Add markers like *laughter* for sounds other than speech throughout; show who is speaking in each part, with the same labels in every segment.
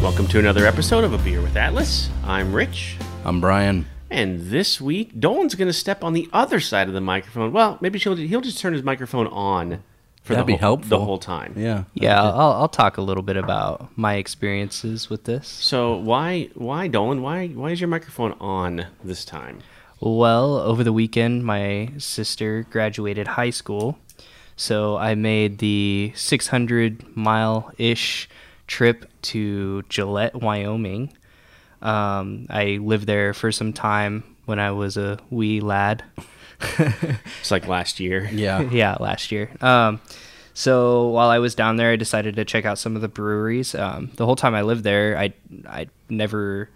Speaker 1: welcome to another episode of A Beer with Atlas. I'm Rich,
Speaker 2: I'm Brian.
Speaker 1: and this week Dolan's going to step on the other side of the microphone. Well, maybe she'll, he'll just turn his microphone on for
Speaker 2: That'd
Speaker 1: the,
Speaker 2: be
Speaker 1: whole,
Speaker 2: helpful.
Speaker 1: the whole time.
Speaker 2: Yeah.
Speaker 3: Yeah, I'll, I'll talk a little bit about my experiences with this.
Speaker 1: So why why Dolan why why is your microphone on this time?
Speaker 3: Well, over the weekend, my sister graduated high school, so I made the 600 mile ish trip to Gillette, Wyoming. Um, I lived there for some time when I was a wee lad.
Speaker 1: It's like last year.
Speaker 2: Yeah.
Speaker 3: yeah, last year. Um, so while I was down there, I decided to check out some of the breweries. Um, the whole time I lived there, I I never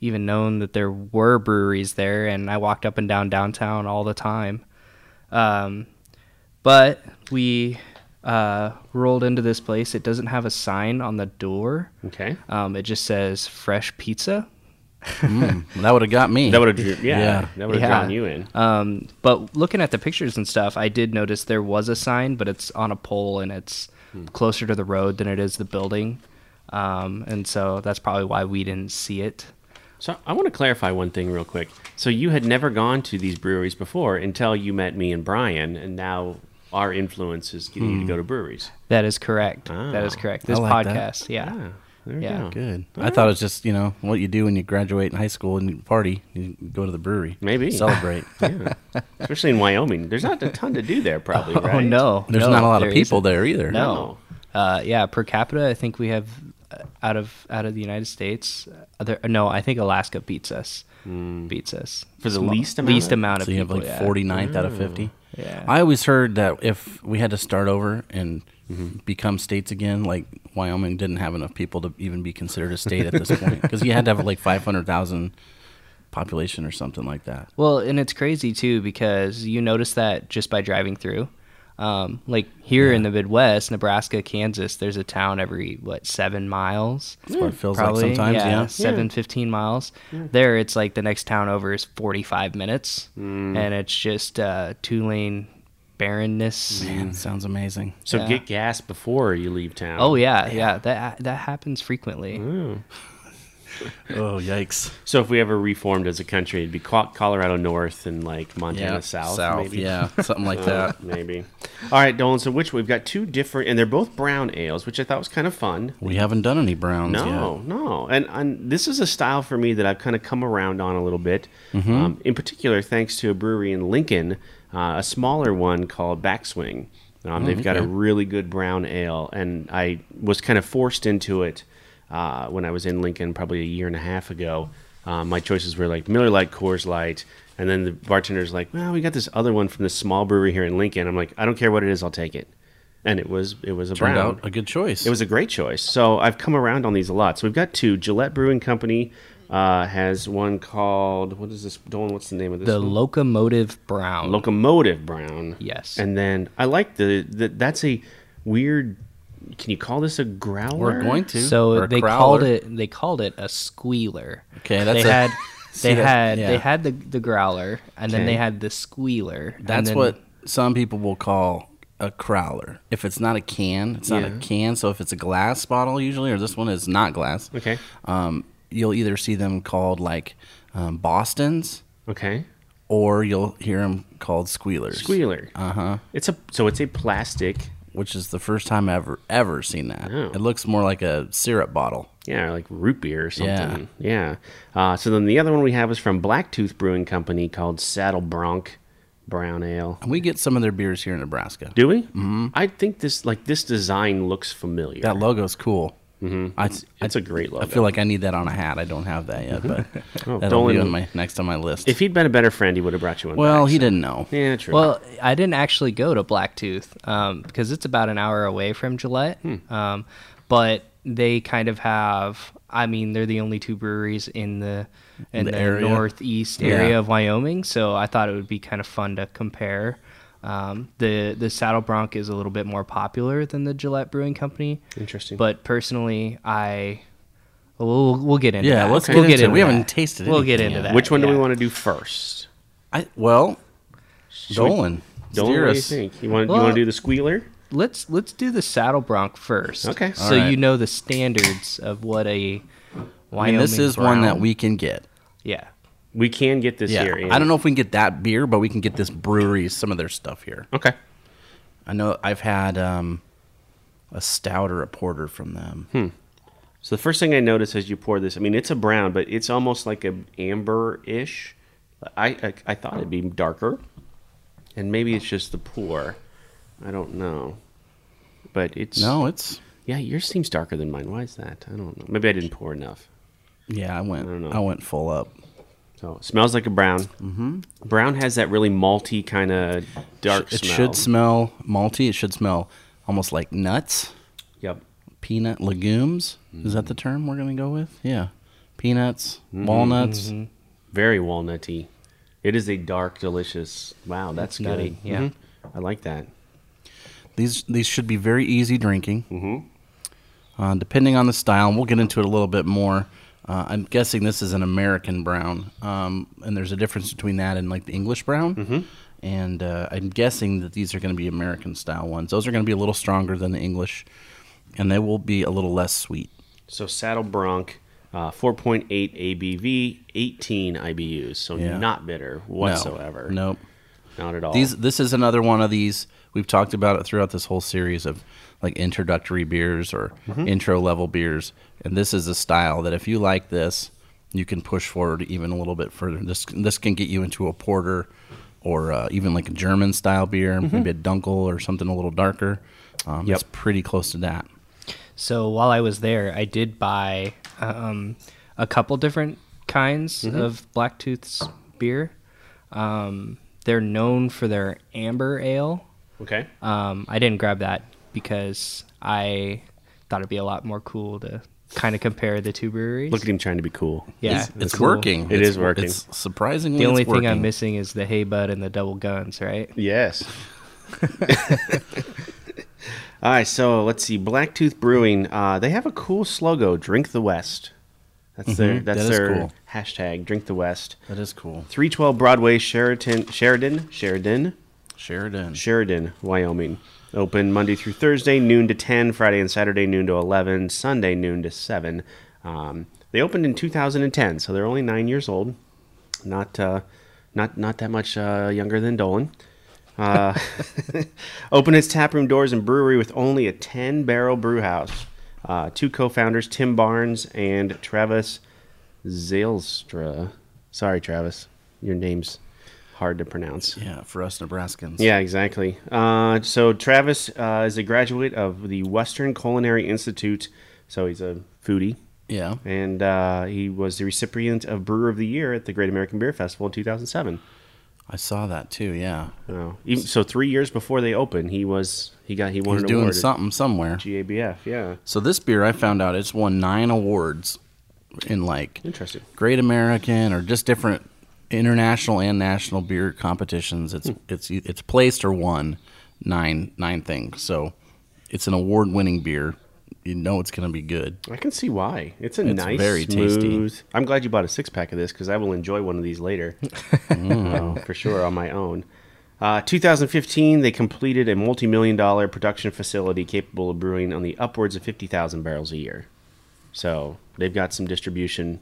Speaker 3: even known that there were breweries there, and I walked up and down downtown all the time. Um, but we uh, rolled into this place. It doesn't have a sign on the door.
Speaker 1: Okay.
Speaker 3: Um, it just says fresh pizza.
Speaker 2: That would have got me.
Speaker 1: That would have drew yeah,
Speaker 2: Yeah.
Speaker 1: that would have
Speaker 3: Yeah.
Speaker 1: drawn you in.
Speaker 3: Um, but looking at the pictures and stuff, I did notice there was a sign, but it's on a pole and it's
Speaker 1: Hmm.
Speaker 3: closer to the road than it is the building. Um, and so that's probably why we didn't see it.
Speaker 1: So I want to clarify one thing real quick. So you had never gone to these breweries before until you met me and Brian, and now our influence is getting
Speaker 2: Hmm.
Speaker 1: you to go to breweries.
Speaker 3: That is correct. That is
Speaker 1: Ah.
Speaker 3: correct. This
Speaker 2: like that.
Speaker 3: podcast, yeah.
Speaker 1: Yeah, there
Speaker 3: Yeah.
Speaker 1: you go.
Speaker 2: Good. I thought it was just, you know, what you do when you graduate in high school and you party, you go to the brewery.
Speaker 3: *laughs*
Speaker 1: Maybe.
Speaker 2: Celebrate.
Speaker 1: *laughs* Yeah. Especially in Wyoming, there's not a ton to do there, probably.
Speaker 3: *laughs* Oh
Speaker 1: Right?
Speaker 3: no,
Speaker 2: There's
Speaker 3: no,
Speaker 2: not a lot of
Speaker 3: there
Speaker 2: people
Speaker 3: isn't.
Speaker 2: there either.
Speaker 3: No. Uh, yeah, per capita, I think we have uh, out of out of the United States. uh, Other, no, I think Alaska beats us. Beats us
Speaker 1: Hmm. For the
Speaker 3: Small-
Speaker 1: least amount
Speaker 3: least
Speaker 1: of-
Speaker 3: amount of
Speaker 2: So you have
Speaker 3: people,
Speaker 2: like
Speaker 3: yeah. Mm.
Speaker 2: 49th out of 50.
Speaker 3: Yeah.
Speaker 2: I always heard that if we had to start over and
Speaker 3: Mm-hmm.
Speaker 2: become states again, like Wyoming didn't have enough people to even be considered a state at this point because you had to have like 500,000 population or something like that.
Speaker 3: Well, and it's crazy too because you notice that just by driving through. Um, like here in the Midwest, Nebraska, Kansas, there's a town every what seven miles.
Speaker 2: That's what it feels like sometimes. Yeah.
Speaker 3: seven fifteen miles. There, it's like the next town over is forty five minutes,
Speaker 2: Mm.
Speaker 3: and it's just uh, two lane barrenness.
Speaker 2: Man, sounds amazing.
Speaker 1: So
Speaker 3: Yeah.
Speaker 1: get gas before you leave town.
Speaker 3: Oh yeah, yeah, that that happens frequently.
Speaker 2: Mm, Oh, yikes.
Speaker 1: So if we ever reformed as a country, it'd be Co- Colorado North and like Montana
Speaker 2: Yeah.
Speaker 1: South, maybe. *laughs*
Speaker 2: Yeah. Something like that.
Speaker 1: maybe. All right, Dolan. So which we've got two different, and they're both brown ales, which I thought was kind of fun.
Speaker 2: We haven't done any browns
Speaker 1: No,
Speaker 2: yet.
Speaker 1: no, and, and this is a style for me that I've kind of come around on a little bit.
Speaker 2: Mm-hmm.
Speaker 1: Um, in particular, thanks to a brewery in Lincoln, uh, a smaller one called Backswing.
Speaker 2: Oh,
Speaker 1: Um, they've got a really good brown ale, and I was kind of forced into it uh, when I was in Lincoln probably a year and a half ago. Um, my choices were like Miller Lite, Coors Light, and then the bartender's like, "Well, we got this other one from this small brewery here in Lincoln." I'm like, "I don't care what it is, I'll take it." And it was it was a
Speaker 2: Turned
Speaker 1: brown.
Speaker 2: out a good choice.
Speaker 1: It was a great choice. So I've come around on these a lot. So we've got two. Gillette Brewing Company uh, has one called what is this? Dolan, what's the name of this?
Speaker 3: The
Speaker 1: one?
Speaker 3: locomotive brown.
Speaker 1: Locomotive Brown.
Speaker 3: Yes.
Speaker 1: And then I like the, the that's a weird. Can you call this a growler?
Speaker 2: We're going to. or
Speaker 3: So
Speaker 2: a
Speaker 3: they
Speaker 2: crowler.
Speaker 3: called it they called it a squealer.
Speaker 2: Okay, that's
Speaker 3: they
Speaker 2: a-
Speaker 3: had
Speaker 2: *laughs* See,
Speaker 3: they
Speaker 2: that-
Speaker 3: had
Speaker 2: yeah.
Speaker 3: they had the the growler and then
Speaker 1: Okay.
Speaker 3: they had the squealer. and
Speaker 2: That's
Speaker 3: then-
Speaker 2: what some people will call a crowler. If it's not a can, it's not
Speaker 1: Yeah.
Speaker 2: a can. So if it's a glass bottle, usually, or this one is not
Speaker 1: *laughs*
Speaker 2: glass.
Speaker 1: Okay.
Speaker 2: Um, you'll either see them called like um, Boston's,
Speaker 1: Okay.
Speaker 2: or you'll hear them called squealers. Uh-huh.
Speaker 1: Squealer. Uh huh. It's a so it's a plastic.
Speaker 2: Which is the first time I've ever ever seen that.
Speaker 1: Oh.
Speaker 2: It looks more like a syrup bottle.
Speaker 1: Yeah, like root beer or something. Yeah. Uh, so then the other one we have is from Blacktooth Brewing Company called Saddle Bronc Brown Ale.
Speaker 2: And we get some of their beers here in Nebraska.
Speaker 1: Do we? Mm-hmm. I think this like this design looks familiar.
Speaker 2: That logo's cool. Mm-hmm. I,
Speaker 1: it's a Mm-hmm. great logo.
Speaker 2: I feel like I need that on a hat. I don't have that yet, but
Speaker 1: *laughs*
Speaker 2: that'll
Speaker 1: Dolan-
Speaker 2: be on my next on my list.
Speaker 1: if he'd been a better friend, he would have brought you one.
Speaker 2: well,
Speaker 1: back,
Speaker 2: he
Speaker 1: so-
Speaker 2: didn't know.
Speaker 1: Yeah, true.
Speaker 3: Well, I didn't actually go to Blacktooth um, because it's about an hour away from Gillette.
Speaker 2: Hmm.
Speaker 3: Um, but they kind of have. I mean, they're the only two breweries in the in
Speaker 2: The
Speaker 3: the,
Speaker 2: area.
Speaker 3: northeast area
Speaker 2: Yeah.
Speaker 3: of Wyoming, so I thought it would be kind of fun to compare. Um, the the Saddle Bronc is a little bit more popular than the Gillette Brewing Company.
Speaker 1: Interesting.
Speaker 3: But personally, I we'll, we'll get into
Speaker 2: Yeah,
Speaker 3: that.
Speaker 2: let's
Speaker 3: we'll
Speaker 2: get into it. We
Speaker 3: that.
Speaker 2: haven't tasted
Speaker 3: We'll get
Speaker 2: anything
Speaker 3: into
Speaker 2: yet.
Speaker 3: that.
Speaker 1: which one do we
Speaker 3: yeah.
Speaker 1: want to do first?
Speaker 2: I well, Dolan,
Speaker 1: Don't
Speaker 2: steer
Speaker 1: what do you
Speaker 2: us.
Speaker 1: think? You want you
Speaker 3: Well-
Speaker 1: want to do the squealer?
Speaker 3: let's let's do the saddle bronc first.
Speaker 1: Okay.
Speaker 3: So
Speaker 2: All right.
Speaker 3: you know the standards of what
Speaker 2: I
Speaker 3: a Wyoming.
Speaker 2: mean, this is one that
Speaker 3: brown-
Speaker 2: we can get.
Speaker 3: yeah.
Speaker 1: We can get this
Speaker 2: Yeah,
Speaker 1: here.
Speaker 2: I
Speaker 1: and-
Speaker 2: don't know if we can get that beer, but we can get this brewery some of their stuff here.
Speaker 1: Okay.
Speaker 2: I know I've had um, a stout or a porter from them.
Speaker 1: Hmm. So the first thing I notice as you pour this, I mean, it's a brown, but it's almost like a amber ish. I, I I thought it'd be darker, and maybe it's just the pour. I don't know, but it's
Speaker 2: No, it's
Speaker 1: Yeah, yours seems darker than mine. Why is that? I don't know. Maybe I didn't pour enough.
Speaker 2: yeah. I went
Speaker 1: don't know.
Speaker 2: I, went full up.
Speaker 1: So it smells like a brown. Mm-hmm. Brown has that really malty kind of dark
Speaker 2: It
Speaker 1: smell.
Speaker 2: should smell malty. It should smell almost like nuts,
Speaker 1: Yep.
Speaker 2: peanut legumes. Is that the term we're gonna go with? Yeah, peanuts, walnuts.
Speaker 1: Very walnutty. It is a dark, delicious. Wow, that's
Speaker 3: nutty,
Speaker 1: good.
Speaker 3: yeah.
Speaker 1: Mhm. I like that.
Speaker 2: These these should be very easy drinking. Mm-hmm. Uh, depending on the style, and we'll get into it a little bit more. Uh, I'm guessing this is an American brown, um, and there's a difference between that and like the English brown. Mm-hmm. And uh, I'm guessing that these are going to be American style ones. Those are going to be a little stronger than the English, and they will be a little less sweet.
Speaker 1: So Saddle Bronc, uh, 4.8 ABV, 18 IBUs. So
Speaker 2: Yeah.
Speaker 1: not bitter
Speaker 2: No.
Speaker 1: whatsoever. Oh.
Speaker 2: Nope.
Speaker 1: Not at all.
Speaker 2: These this is another one of these we've talked about it throughout this whole series of like introductory beers or intro level beers, and this is a style that if you like this, you can push forward even a little bit further. This this can get you into a porter or uh, even like a German style beer, maybe a Dunkel or something a little darker. Um, It's pretty close to that.
Speaker 3: So while I was there, I did buy um, a couple different kinds
Speaker 2: Mm-hmm.
Speaker 3: of Blacktooth's beer. Um, they're known for their amber ale.
Speaker 1: okay.
Speaker 3: Um, I didn't grab that because I thought it'd be a lot more cool to kind of compare the two breweries.
Speaker 1: Look at him trying to be cool.
Speaker 3: yeah,
Speaker 2: it's, it's
Speaker 3: cool.
Speaker 2: working.
Speaker 1: It
Speaker 2: it's,
Speaker 1: is working.
Speaker 2: It's surprisingly
Speaker 3: The only
Speaker 2: it's
Speaker 3: thing I'm
Speaker 2: working.
Speaker 3: missing is the hay bud and the double guns, right?
Speaker 1: Yes. *laughs* All right, so let's see. Blacktooth Brewing. Uh, they have a cool slogan: "Drink the West." That's their that's
Speaker 2: Mm-hmm. that is
Speaker 1: their
Speaker 2: cool.
Speaker 1: hashtag. Drink the West.
Speaker 2: That is cool.
Speaker 1: Three twelve Broadway, Sheraton, Sheridan, Sheridan,
Speaker 2: Sheridan.
Speaker 1: Sheridan, Wyoming. Open Monday through Thursday, noon to ten. Friday and Saturday, noon to eleven. Sunday, noon to seven. Um, they opened in 2010, so they're only nine years old. Not uh, not not that much uh, younger than Dolan. Uh, *laughs* Open its taproom doors and brewery with only a 10 barrel brew house. Uh, two co founders, Tim Barnes and Travis Zylstra. Sorry, Travis. Your name's hard to pronounce.
Speaker 2: Yeah, for us Nebraskans.
Speaker 1: Yeah, exactly. Uh, so Travis uh, is a graduate of the Western Culinary Institute, so he's a foodie,
Speaker 2: Yeah.
Speaker 1: and uh, he was the recipient of Brewer of the Year at the Great American Beer Festival in 2007.
Speaker 2: I saw that too. Yeah.
Speaker 1: Oh, even, so three years before they opened, he was he got he won
Speaker 2: He's
Speaker 1: an
Speaker 2: doing
Speaker 1: award at
Speaker 2: something somewhere.
Speaker 1: GABF. Yeah,
Speaker 2: So this beer, I found out it's won nine awards in like
Speaker 1: interesting.
Speaker 2: Great American or just different international and national beer competitions. It's it's it's placed or won nine nine things. So it's an award winning beer. You know it's going to be good.
Speaker 1: I can see why. It's a
Speaker 2: It's
Speaker 1: nice,
Speaker 2: very tasty.
Speaker 1: smooth. I'm glad you bought a six pack of this because I will enjoy one of these
Speaker 2: *laughs*
Speaker 1: later, Uh, for sure on my own. Uh, 2015, they completed a multi-million dollar production facility capable of brewing on the upwards of 50,000 barrels a year. So they've got some distribution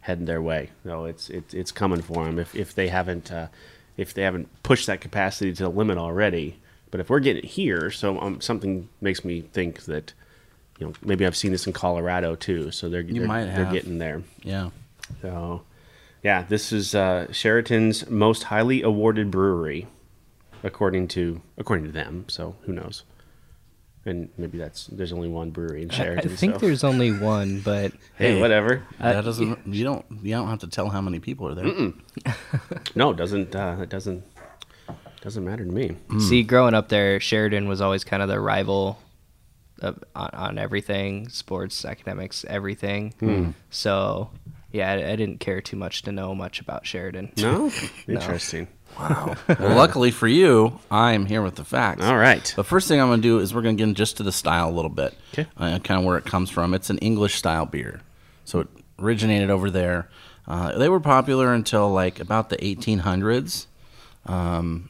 Speaker 1: heading their way. So it's it's it's coming for them if if they haven't uh, if they haven't pushed that capacity to the limit already. But if we're getting it here, so um, something makes me think that you know maybe I've seen this in Colorado too. So they're they're,
Speaker 2: might
Speaker 1: they're
Speaker 2: have.
Speaker 1: getting there.
Speaker 2: Yeah.
Speaker 1: So yeah, this is uh, Sheraton's most highly awarded brewery, according to according to them. So who knows? And maybe that's there's only one brewery in
Speaker 3: I, I
Speaker 1: Sheraton.
Speaker 3: think
Speaker 1: so.
Speaker 3: there's only one, but
Speaker 1: hey whatever.
Speaker 2: that doesn't you don't you don't have to tell how many people are there.
Speaker 1: No, it doesn't uh, it doesn't doesn't matter to *laughs* me.
Speaker 3: See, growing up there, Sheridan was always kind of the rival of, on, on everything sports, academics, everything.
Speaker 1: Hmm.
Speaker 3: So, yeah, I, I didn't care too much to know much about Sheridan.
Speaker 1: No, interesting.
Speaker 2: Well, luckily for you, I'm here with the facts.
Speaker 1: All right.
Speaker 2: The first thing I'm going to do is we're going to get in just to the style a little bit.
Speaker 1: 'Kay.
Speaker 2: Uh, kind of where it comes from. It's an English style beer. So it originated over there. Uh, they were popular until like about the 1800s. Um,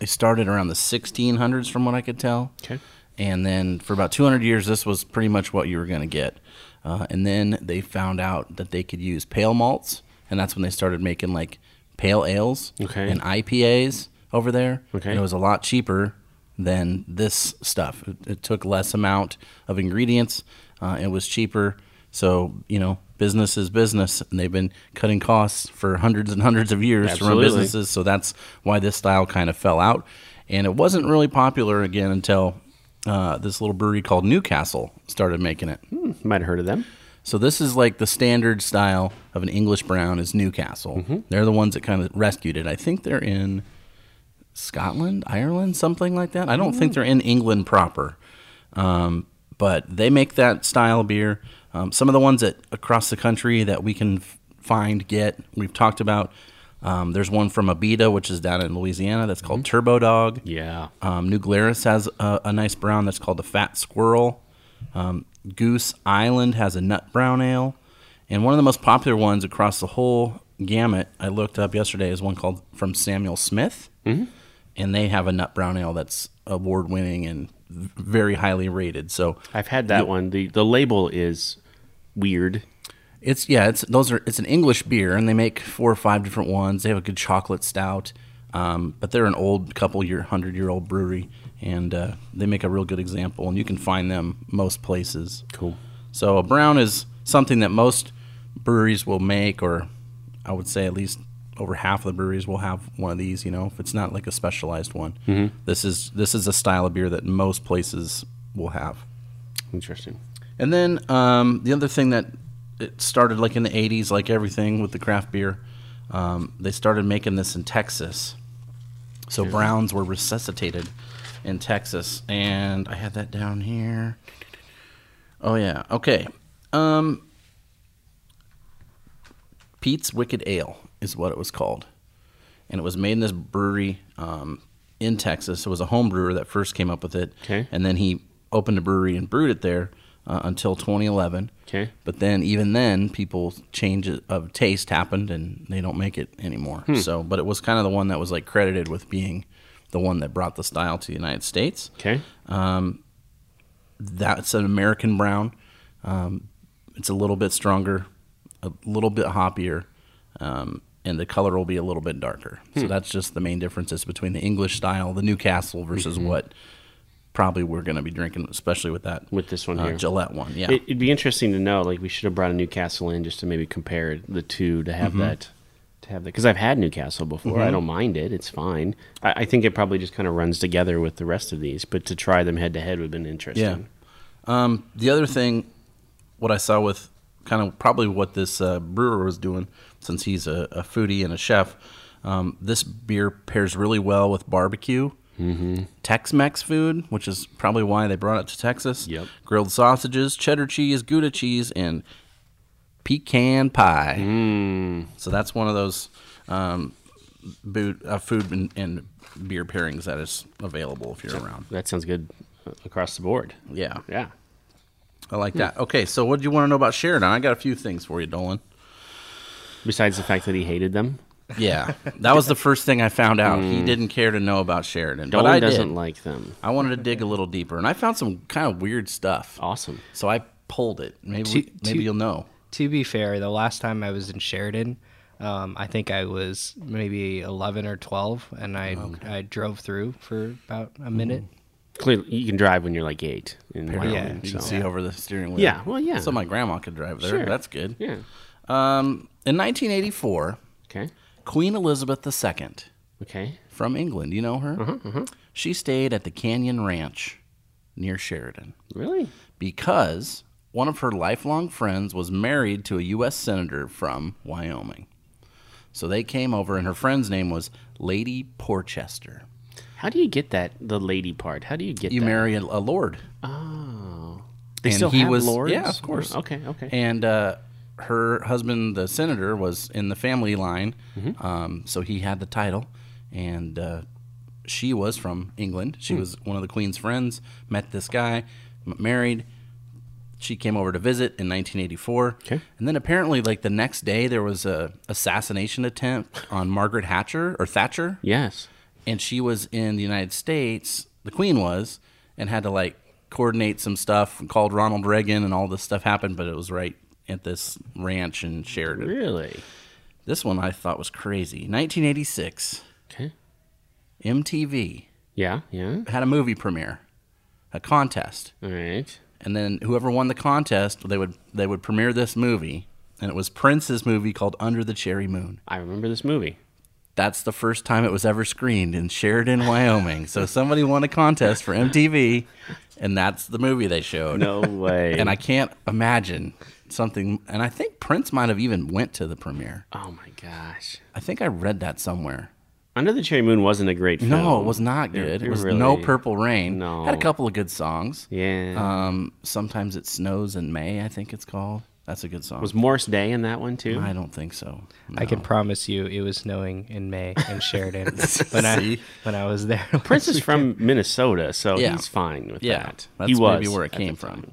Speaker 2: they started around the 1600s, from what I could tell.
Speaker 1: Okay.
Speaker 2: And then for about 200 years, this was pretty much what you were going to get. Uh, and then they found out that they could use pale malts, and that's when they started making like pale ales
Speaker 1: Okay.
Speaker 2: and IPAs over there.
Speaker 1: Okay.
Speaker 2: And it was a lot cheaper than this stuff. It, it took less amount of ingredients. Uh, it was cheaper. So, you know, business is business, and they've been cutting costs for hundreds and hundreds of years
Speaker 1: Absolutely.
Speaker 2: to run businesses. So that's why this style kind of fell out. And it wasn't really popular again until uh, this little brewery called Newcastle started making it.
Speaker 1: Might have heard of them.
Speaker 2: So this is like the standard style of an English brown is Newcastle. They're the ones that kind of rescued it. I think they're in Scotland, Ireland, something like that. I don't think they're in England proper, um, but they make that style beer. Um, some of the ones that across the country that we can f- find, get, we've talked about. Um, there's one from Abita, which is down in Louisiana, that's called Turbo Dog.
Speaker 1: Yeah.
Speaker 2: Um, New Glarus has a, a nice brown that's called the Fat Squirrel. Um, Goose Island has a nut brown ale. And one of the most popular ones across the whole gamut I looked up yesterday is one called from Samuel Smith. And they have a nut brown ale that's award winning and v- very highly rated. So
Speaker 1: I've had that one. The the label is weird.
Speaker 2: It's yeah, it's those are it's an English beer, and they make four or five different ones. They have a good chocolate stout, um, but they're an old couple year, hundred year old brewery, and uh, they make a real good example. And you can find them most places.
Speaker 1: Cool.
Speaker 2: So a brown is something that most breweries will make, or I would say at least over half of the breweries will have one of these. You know, if it's not like a specialized one, this is this is a style of beer that most places will have.
Speaker 1: Interesting.
Speaker 2: And then um, the other thing that it started like in the 80s, like everything with the craft beer, um, they started making this in Texas. So browns were resuscitated in Texas. And I had that down here. Oh, yeah. Okay. Um, Pete's Wicked Ale is what it was called. And it was made in this brewery um, in Texas. It was a home brewer that first came up with it.
Speaker 1: Okay.
Speaker 2: And then he opened a brewery and brewed it there uh, until 2011.
Speaker 1: Okay.
Speaker 2: But then, even then, people changes of taste happened and they don't make it anymore.
Speaker 1: Hmm.
Speaker 2: So, but it was kind of the one that was like credited with being the one that brought the style to the United States
Speaker 1: Okay.
Speaker 2: that's an American brown. Um, it's a little bit stronger, a little bit hoppier, um, and the color will be a little bit darker.
Speaker 1: Hmm.
Speaker 2: So that's just the main differences between the English style, the Newcastle, versus
Speaker 1: Mm-hmm.
Speaker 2: what probably we're going to be drinking, especially with that
Speaker 1: With this one
Speaker 2: uh,
Speaker 1: here.
Speaker 2: Gillette one. Yeah,
Speaker 1: It, it'd be interesting to know. Like we should have brought a Newcastle in just to maybe compare the two to have that to have that because I've had Newcastle before. I don't mind it. It's fine. I, I think it probably just kind of runs together with the rest of these. But to try them head to head would have been interesting.
Speaker 2: yeah. Um, the other thing, what I saw with kind of probably what this uh, brewer was doing, since he's a, a foodie and a chef, um, this beer pairs really well with barbecue, mm-hmm. Tex-Mex food, which is probably why they brought it to Texas.
Speaker 1: Yep.
Speaker 2: Grilled sausages, cheddar cheese, Gouda cheese, and pecan pie. So that's one of those um, boot, uh, food and, and beer pairings that is available if you're around.
Speaker 1: That sounds good uh, across the board.
Speaker 2: Yeah.
Speaker 1: Yeah.
Speaker 2: I like that. Okay, so what do you want to know about Sheridan? I got a few things for you, Dolan.
Speaker 1: Besides the fact that he hated them,
Speaker 2: Yeah, that was the first thing I found out. He didn't care to know about Sheridan,
Speaker 1: Hmm. Dolan
Speaker 2: but I
Speaker 1: doesn't
Speaker 2: did.
Speaker 1: like them.
Speaker 2: I wanted to dig a little deeper, and I found some kind of weird stuff.
Speaker 1: Awesome.
Speaker 2: So I pulled it. Maybe
Speaker 3: Two-
Speaker 2: we- maybe
Speaker 3: two-
Speaker 2: you'll know.
Speaker 3: *laughs* To be fair, the last time I was in Sheridan, um, I think I was maybe 11 or 12, and I
Speaker 1: Oh,
Speaker 3: I drove through for about a
Speaker 1: Hmm.
Speaker 3: minute.
Speaker 1: Clearly, you can drive when you're like eight. In Wyoming,
Speaker 2: you
Speaker 1: so-
Speaker 2: can see over the steering wheel.
Speaker 1: Yeah, well, yeah.
Speaker 2: So my grandma could drive there.
Speaker 1: Sure.
Speaker 2: That's good.
Speaker 1: Yeah.
Speaker 2: Um, in 1984,
Speaker 1: Okay.
Speaker 2: Queen Elizabeth II
Speaker 1: Okay.
Speaker 2: from England. You know her.
Speaker 1: Mm-hmm,
Speaker 2: She stayed at the Canyon Ranch near Sheridan.
Speaker 1: Really?
Speaker 2: because one of her lifelong friends was married to a U.S. senator from Wyoming. So they came over, and her friend's name was Lady Porchester.
Speaker 1: How do you get that? The lady part. How do you get
Speaker 2: You
Speaker 1: that?
Speaker 2: marry a, a lord,
Speaker 1: Oh. They
Speaker 2: And
Speaker 1: still
Speaker 2: he
Speaker 1: have
Speaker 2: was-
Speaker 1: lords?
Speaker 2: yeah, of course.
Speaker 1: Okay, okay.
Speaker 2: and uh, her husband, the senator, was in the family line,
Speaker 1: Mm-hmm.
Speaker 2: um, so he had the title, and uh, she was from England. She
Speaker 1: Hmm.
Speaker 2: was one of the queen's friends. Met this guy, m- married. she came over to visit in 1984.
Speaker 1: Okay.
Speaker 2: And then apparently, like the next day, there was a assassination attempt on Margaret Hatcher or Thatcher,
Speaker 1: yes.
Speaker 2: and she was in the United States. The Queen was, and had to like coordinate some stuff and called Ronald Reagan, and all this stuff happened. But it was right at this ranch in Sheridan.
Speaker 1: Really?
Speaker 2: This one I thought was crazy. 1986,
Speaker 1: Okay.
Speaker 2: MTV
Speaker 1: Yeah, yeah.
Speaker 2: had a movie premiere, a contest,
Speaker 1: All right.
Speaker 2: and then whoever won the contest, they would they would premiere this movie, and it was Prince's movie called Under the Cherry Moon.
Speaker 1: I remember this movie.
Speaker 2: That's the first time it was ever screened in Sheridan, Wyoming. so somebody won a contest for MTV, and that's the movie they showed.
Speaker 1: No way. *laughs*
Speaker 2: And I can't imagine something. And I think Prince might have even went to the premiere.
Speaker 1: Oh my gosh.
Speaker 2: I think I read that somewhere.
Speaker 1: Under the Cherry Moon wasn't a great film.
Speaker 2: No, it was not
Speaker 1: It-
Speaker 2: good. It,
Speaker 1: it
Speaker 2: was no
Speaker 1: really-
Speaker 2: Purple Rain.
Speaker 1: No.
Speaker 2: Had a couple of good songs.
Speaker 1: Yeah.
Speaker 2: Um, sometimes it snows in May. I think it's called. That's a good song.
Speaker 1: was Morris Day in that one too?
Speaker 2: I don't think so.
Speaker 3: I can promise you, it was snowing in May
Speaker 1: *laughs*
Speaker 3: in Sheridan when I
Speaker 2: See?
Speaker 3: when I was there.
Speaker 1: Prince
Speaker 2: *laughs*
Speaker 1: is from Minnesota, so
Speaker 2: Yeah.
Speaker 1: he's fine with
Speaker 2: Yeah,
Speaker 1: that.
Speaker 2: that's
Speaker 1: he was
Speaker 2: maybe where it
Speaker 1: at the
Speaker 2: came from.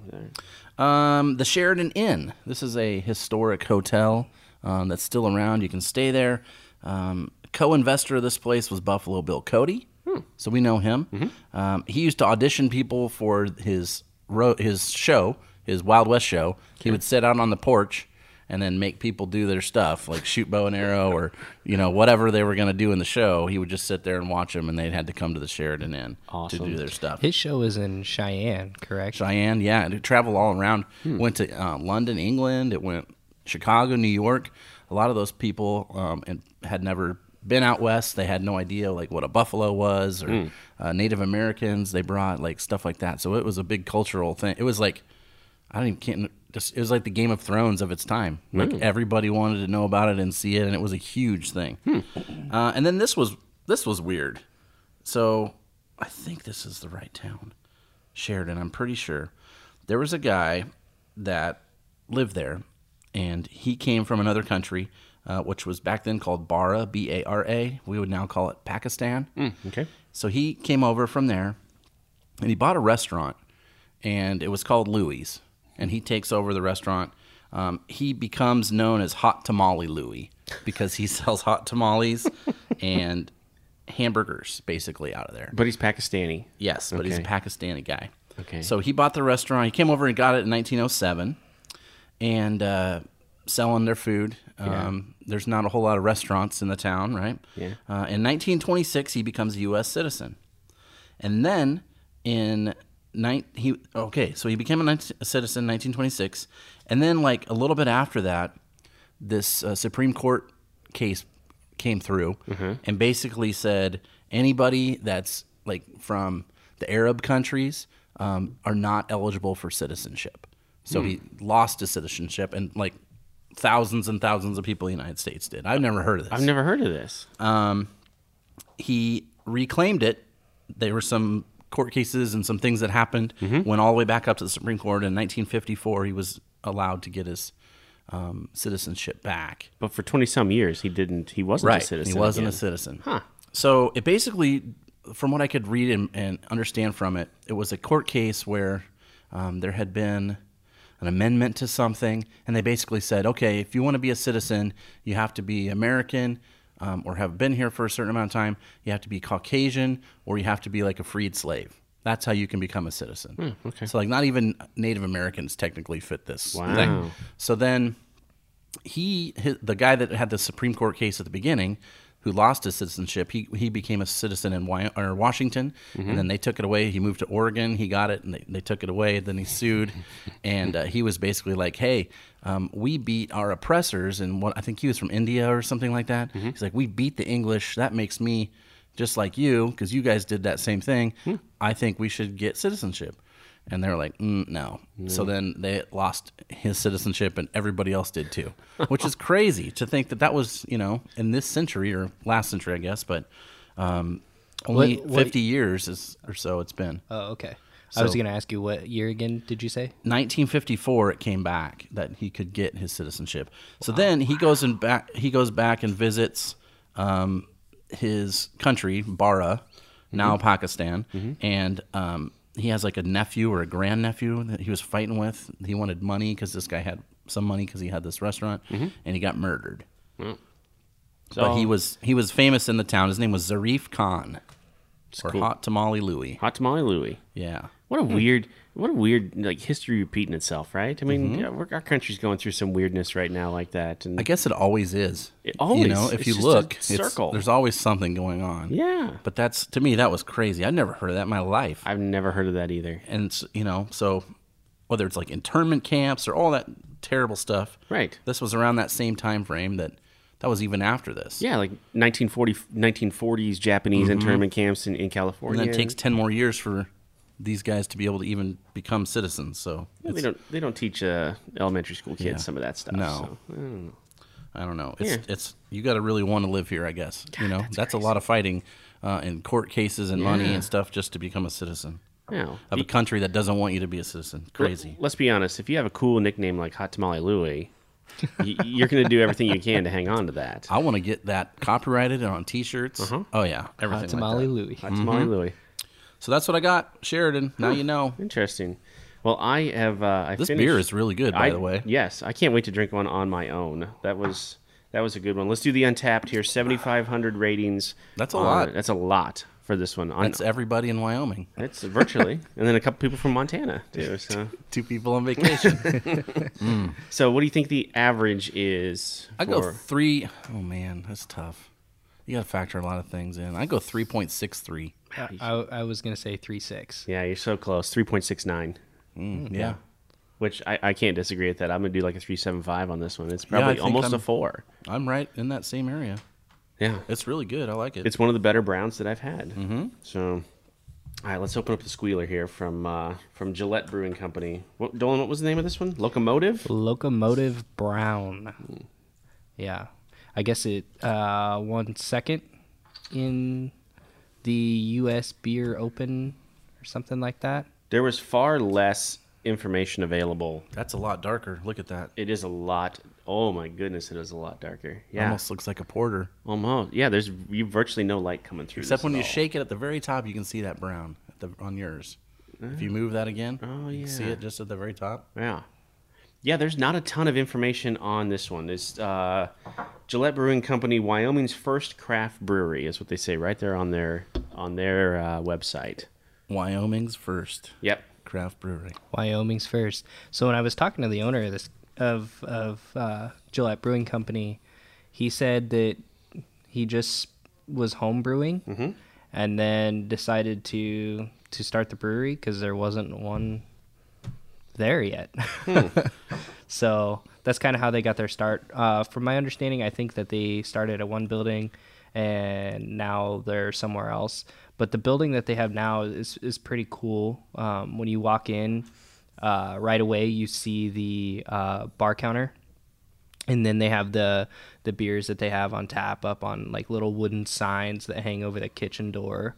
Speaker 1: time.
Speaker 2: Um, the Sheridan Inn. This is a historic hotel um, that's still around. You can stay there. Um, co-investor of this place was Buffalo Bill Cody, so we know him. Um, he used to audition people for his ro- his show, his Wild West show. He would sit out on the porch and then make people do their stuff, like shoot bow and arrow or you know whatever they were going to do in the show. He would just sit there and watch them, and they had to come to the Sheridan Inn to do their stuff.
Speaker 3: His show was in Cheyenne, correct?
Speaker 2: Cheyenne, yeah, and it traveled all around. Went to uh, London, England. It went Chicago, New York. A lot of those people um, and had never been out west. They had no idea like what a buffalo was or uh, Native Americans. They brought like stuff like that. So it was a big cultural thing. It was like I don't even can't. Just, it was like the Game of Thrones of its time. Like everybody wanted to know about it and see it, and it was a huge thing. Uh, and then this was this was weird. So I think this is the right town. Sheridan, I'm pretty sure. There was a guy that lived there, and he came from another country, uh, which was back then called Bara, B A R A. We would now call it Pakistan.
Speaker 1: Okay.
Speaker 2: So he came over from there, and he bought a restaurant, and it was called Louie's. And he takes over the restaurant. Um, he becomes known as Hot Tamale Louie because he *laughs* sells hot tamales and hamburgers basically out of there.
Speaker 1: But he's Pakistani.
Speaker 2: Yes, but he's a
Speaker 1: Okay.
Speaker 2: Pakistani guy.
Speaker 1: Okay.
Speaker 2: So he bought the restaurant. He came over and got it in 1907, and uh, selling their food. Um, There's not a whole lot of restaurants in the town, right?
Speaker 1: Yeah.
Speaker 2: Uh, in 1926, he becomes a U.S. citizen, and then in nine he okay, so he became a, 19, a citizen in 1926, and then like a little bit after that, this uh, Supreme Court case came through and basically said anybody that's like from the Arab countries um, are not eligible for citizenship. So he lost his citizenship, and like thousands and thousands of people in the United States did. I've never heard of this
Speaker 1: I've never heard of this.
Speaker 2: he reclaimed it. There were some court cases and some things that happened. Went all the way back up to the Supreme Court in 1954. He was allowed to get his um, citizenship back.
Speaker 1: but for twenty some years, he didn't. He wasn't a citizen.
Speaker 2: He wasn't
Speaker 1: again.
Speaker 2: a citizen. Huh. So it basically, from what I could read and, and understand from it, it was a court case where um, there had been an amendment to something, and they basically said, okay, if you want to be a citizen, you have to be American. Um, or have been here for a certain amount of time, you have to be Caucasian, or you have to be like a freed slave. That's how you can become a citizen.
Speaker 1: Hmm,
Speaker 2: okay. So, like, not even Native Americans technically fit this.
Speaker 1: Wow.
Speaker 2: thing. So then he hi the guy that had the Supreme Court case at the beginning, who lost his citizenship, he he became a citizen in Wy- or Washington, and then they took it away. He moved to Oregon, he got it, and they, they took it away. Then he sued, and uh, he was basically like, "Hey, um, we beat our oppressors," and what I think he was from India or something like that. He's like, "We beat the English. That makes me." Just like you, because you guys did that same thing, I think we should get citizenship. And they were like, mm, no. So then they lost his citizenship and everybody else did too, which is crazy to think that that was, you know, in this century or last century, I guess, but um, only
Speaker 3: What- what-
Speaker 2: 50 years is, or so it's been.
Speaker 3: Oh, okay. I was
Speaker 2: So-
Speaker 3: going to ask you what year again did you say?
Speaker 2: 1954 it came back that he could get his citizenship so then he goes and back he goes back and visits um, his country bara now pakistan and um, he has like a nephew or a grandnephew that he was fighting with he wanted money because this guy had some money because he had this restaurant and he got murdered but he was he was famous in the town his name was zarif khan or
Speaker 1: cool.
Speaker 2: hot tamale Louie.
Speaker 1: Hot tamale Louie.
Speaker 2: Yeah.
Speaker 1: What a weird, what a weird like history repeating itself, right? I mean, yeah, we're, our country's going through some weirdness right now like that, and
Speaker 2: Mm-hmm. I guess it always is.
Speaker 1: It always-
Speaker 2: you know, if
Speaker 1: it's
Speaker 2: you
Speaker 1: just a
Speaker 2: look, it's-
Speaker 1: circle.
Speaker 2: there's always something going on.
Speaker 1: yeah,
Speaker 2: But that's to me that was crazy. I never heard of that in my life.
Speaker 1: I've never heard of that either.
Speaker 2: and s- you know, so whether it's like internment camps or all that terrible stuff,
Speaker 1: Right.
Speaker 2: This was around that same time frame that that was even after this.
Speaker 1: Yeah, like 1940, 1940s Japanese internment camps in, in California.
Speaker 2: Mm-hmm. And then it takes ten more years for these guys to be able to even become citizens. So
Speaker 1: Well, they
Speaker 2: it's-
Speaker 1: don't they don't teach uh, elementary school kids some of that stuff.
Speaker 2: No.
Speaker 1: so, I don't know.
Speaker 2: I don't know. It's
Speaker 1: Yeah.
Speaker 2: it's you got to really want to live here, I guess. you know, that's, a
Speaker 1: crazy.
Speaker 2: lot of fighting uh, and court cases and money
Speaker 1: Yeah.
Speaker 2: and stuff just to become a citizen
Speaker 1: No.
Speaker 2: of a
Speaker 1: Be-
Speaker 2: country that doesn't want you to be a citizen. Crazy.
Speaker 1: Let's be honest. If you have a cool nickname like Hot Tamale Louie, y- you're going to do everything you can to hang on to that.
Speaker 2: I want to get that copyrighted and on T-shirts. Oh yeah, everything.
Speaker 3: Hot
Speaker 2: like
Speaker 3: tamale
Speaker 2: that.
Speaker 3: Louie.
Speaker 1: Hot Tamale
Speaker 2: mm-hmm.
Speaker 1: Louie.
Speaker 2: So that's what I got, Sheridan. Now you know.
Speaker 1: Interesting. Well, I have. Uh, I
Speaker 2: This
Speaker 1: finished-
Speaker 2: beer is really good, by
Speaker 1: I-
Speaker 2: the way.
Speaker 1: Yes, I can't wait to drink one on my own. That was that was a good one. Let's do the untapped here. Seventy five hundred ratings.
Speaker 2: That's a
Speaker 1: on-
Speaker 2: lot.
Speaker 1: That's a lot for this one. On,
Speaker 2: That's everybody in Wyoming.
Speaker 1: It's virtually, and then a couple people from Montana
Speaker 2: *laughs*
Speaker 1: too. So,
Speaker 2: Two people on vacation.
Speaker 1: so what do you think the average is?
Speaker 2: *laughs* I go
Speaker 1: for-
Speaker 2: three oh man, that's tough. You got to factor a lot of things in. I go three point six three.
Speaker 3: I, I- I was gonna say three six.
Speaker 1: yeah, you're so close. Three point six nine,
Speaker 2: Mm, yeah.
Speaker 1: which I, I can't disagree with that. I'm gonna do like a three seven five on this one. It's
Speaker 2: Yeah, I
Speaker 1: probably
Speaker 2: think
Speaker 1: almost a
Speaker 2: I'm-
Speaker 1: four.
Speaker 2: I'm right in that same area.
Speaker 1: Yeah,
Speaker 2: It's really good. I like it.
Speaker 1: it's one of the better browns that I've had. Mm-hmm. So, all right, let's open up the squealer here from uh, from Gillette Brewing Company. What, Dolan, what was the name of this one? Locomotive.
Speaker 3: Locomotive Brown. Yeah, I guess it uh, one second in the U.S. Beer Open or something like that.
Speaker 1: There was far less information available.
Speaker 2: That's a lot darker. Look at that.
Speaker 1: It is a lot. Oh my goodness, it is a lot darker. Yeah.
Speaker 2: Almost looks like a porter.
Speaker 1: Almost. Yeah, there's you virtually no light coming through.
Speaker 2: Except
Speaker 1: this
Speaker 2: when
Speaker 1: at
Speaker 2: you
Speaker 1: all.
Speaker 2: shake it at the very top, you can see that brown at the, on yours. If you move that again,
Speaker 1: Oh,
Speaker 2: you can see
Speaker 1: yeah.
Speaker 2: it just at the very top.
Speaker 1: Yeah. Yeah, there's not a ton of information on this one. It's uh, Gillette Brewing Company, Wyoming's first craft brewery, is what they say right there on their on their uh, website.
Speaker 2: Wyoming's first
Speaker 1: Yep.
Speaker 2: craft brewery.
Speaker 3: Wyoming's first. So when I was talking to the owner of this of of uh, Gillette Brewing Company, he said that he just was home brewing, and then decided to to start the brewery because there wasn't one there yet. *laughs* so that's kind of how they got their start. Uh, from my understanding, I think that they started at one building, and now they're somewhere else. But the building that they have now is is pretty cool. Um, when you walk in, uh, right away you see the uh, bar counter and then they have the the beers that they have on tap up on like little wooden signs that hang over the kitchen door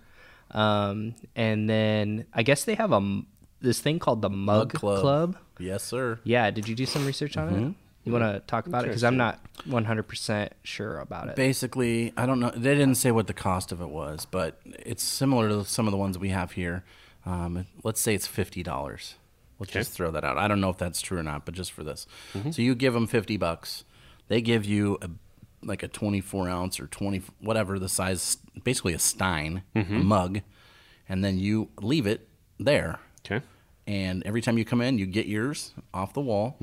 Speaker 3: um, and then i guess they have a m- this thing called the mug, club.
Speaker 2: Club. Yes, sir.
Speaker 3: yeah did you do some research on it you want to talk about it because i'm not 100% sure about it
Speaker 2: Basically, I don't know. They didn't say what the cost of it was, but it's similar to some of the ones we have here. Um, let's say it's fifty dollars. Let's just throw that out. I don't know if that's true or not, but just for this,
Speaker 3: Mm-hmm.
Speaker 2: so you give them fifty bucks. They give you a, like a twenty-four ounce or twenty whatever the size, basically a stein,
Speaker 3: Mm-hmm.
Speaker 2: a mug, and then you leave it there
Speaker 1: Okay.
Speaker 2: and every time you come in, you get yours off the wall,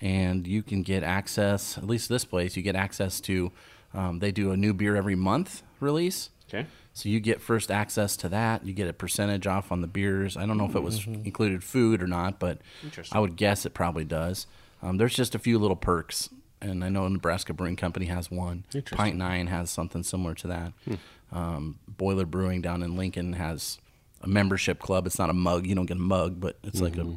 Speaker 2: and you can get access. At least this place, you get access to. Um, they do a new beer every month release,
Speaker 1: Okay.
Speaker 2: so you get first access to that. You get a percentage off on the beers. I don't know if it was included food or not, but I would guess it probably does. Um, there's just a few little perks, and I know Nebraska Brewing Company has one. Pint Nine has something similar to that. Um, Boiler Brewing down in Lincoln has a membership club. It's not a mug. You don't get a mug, but it's like a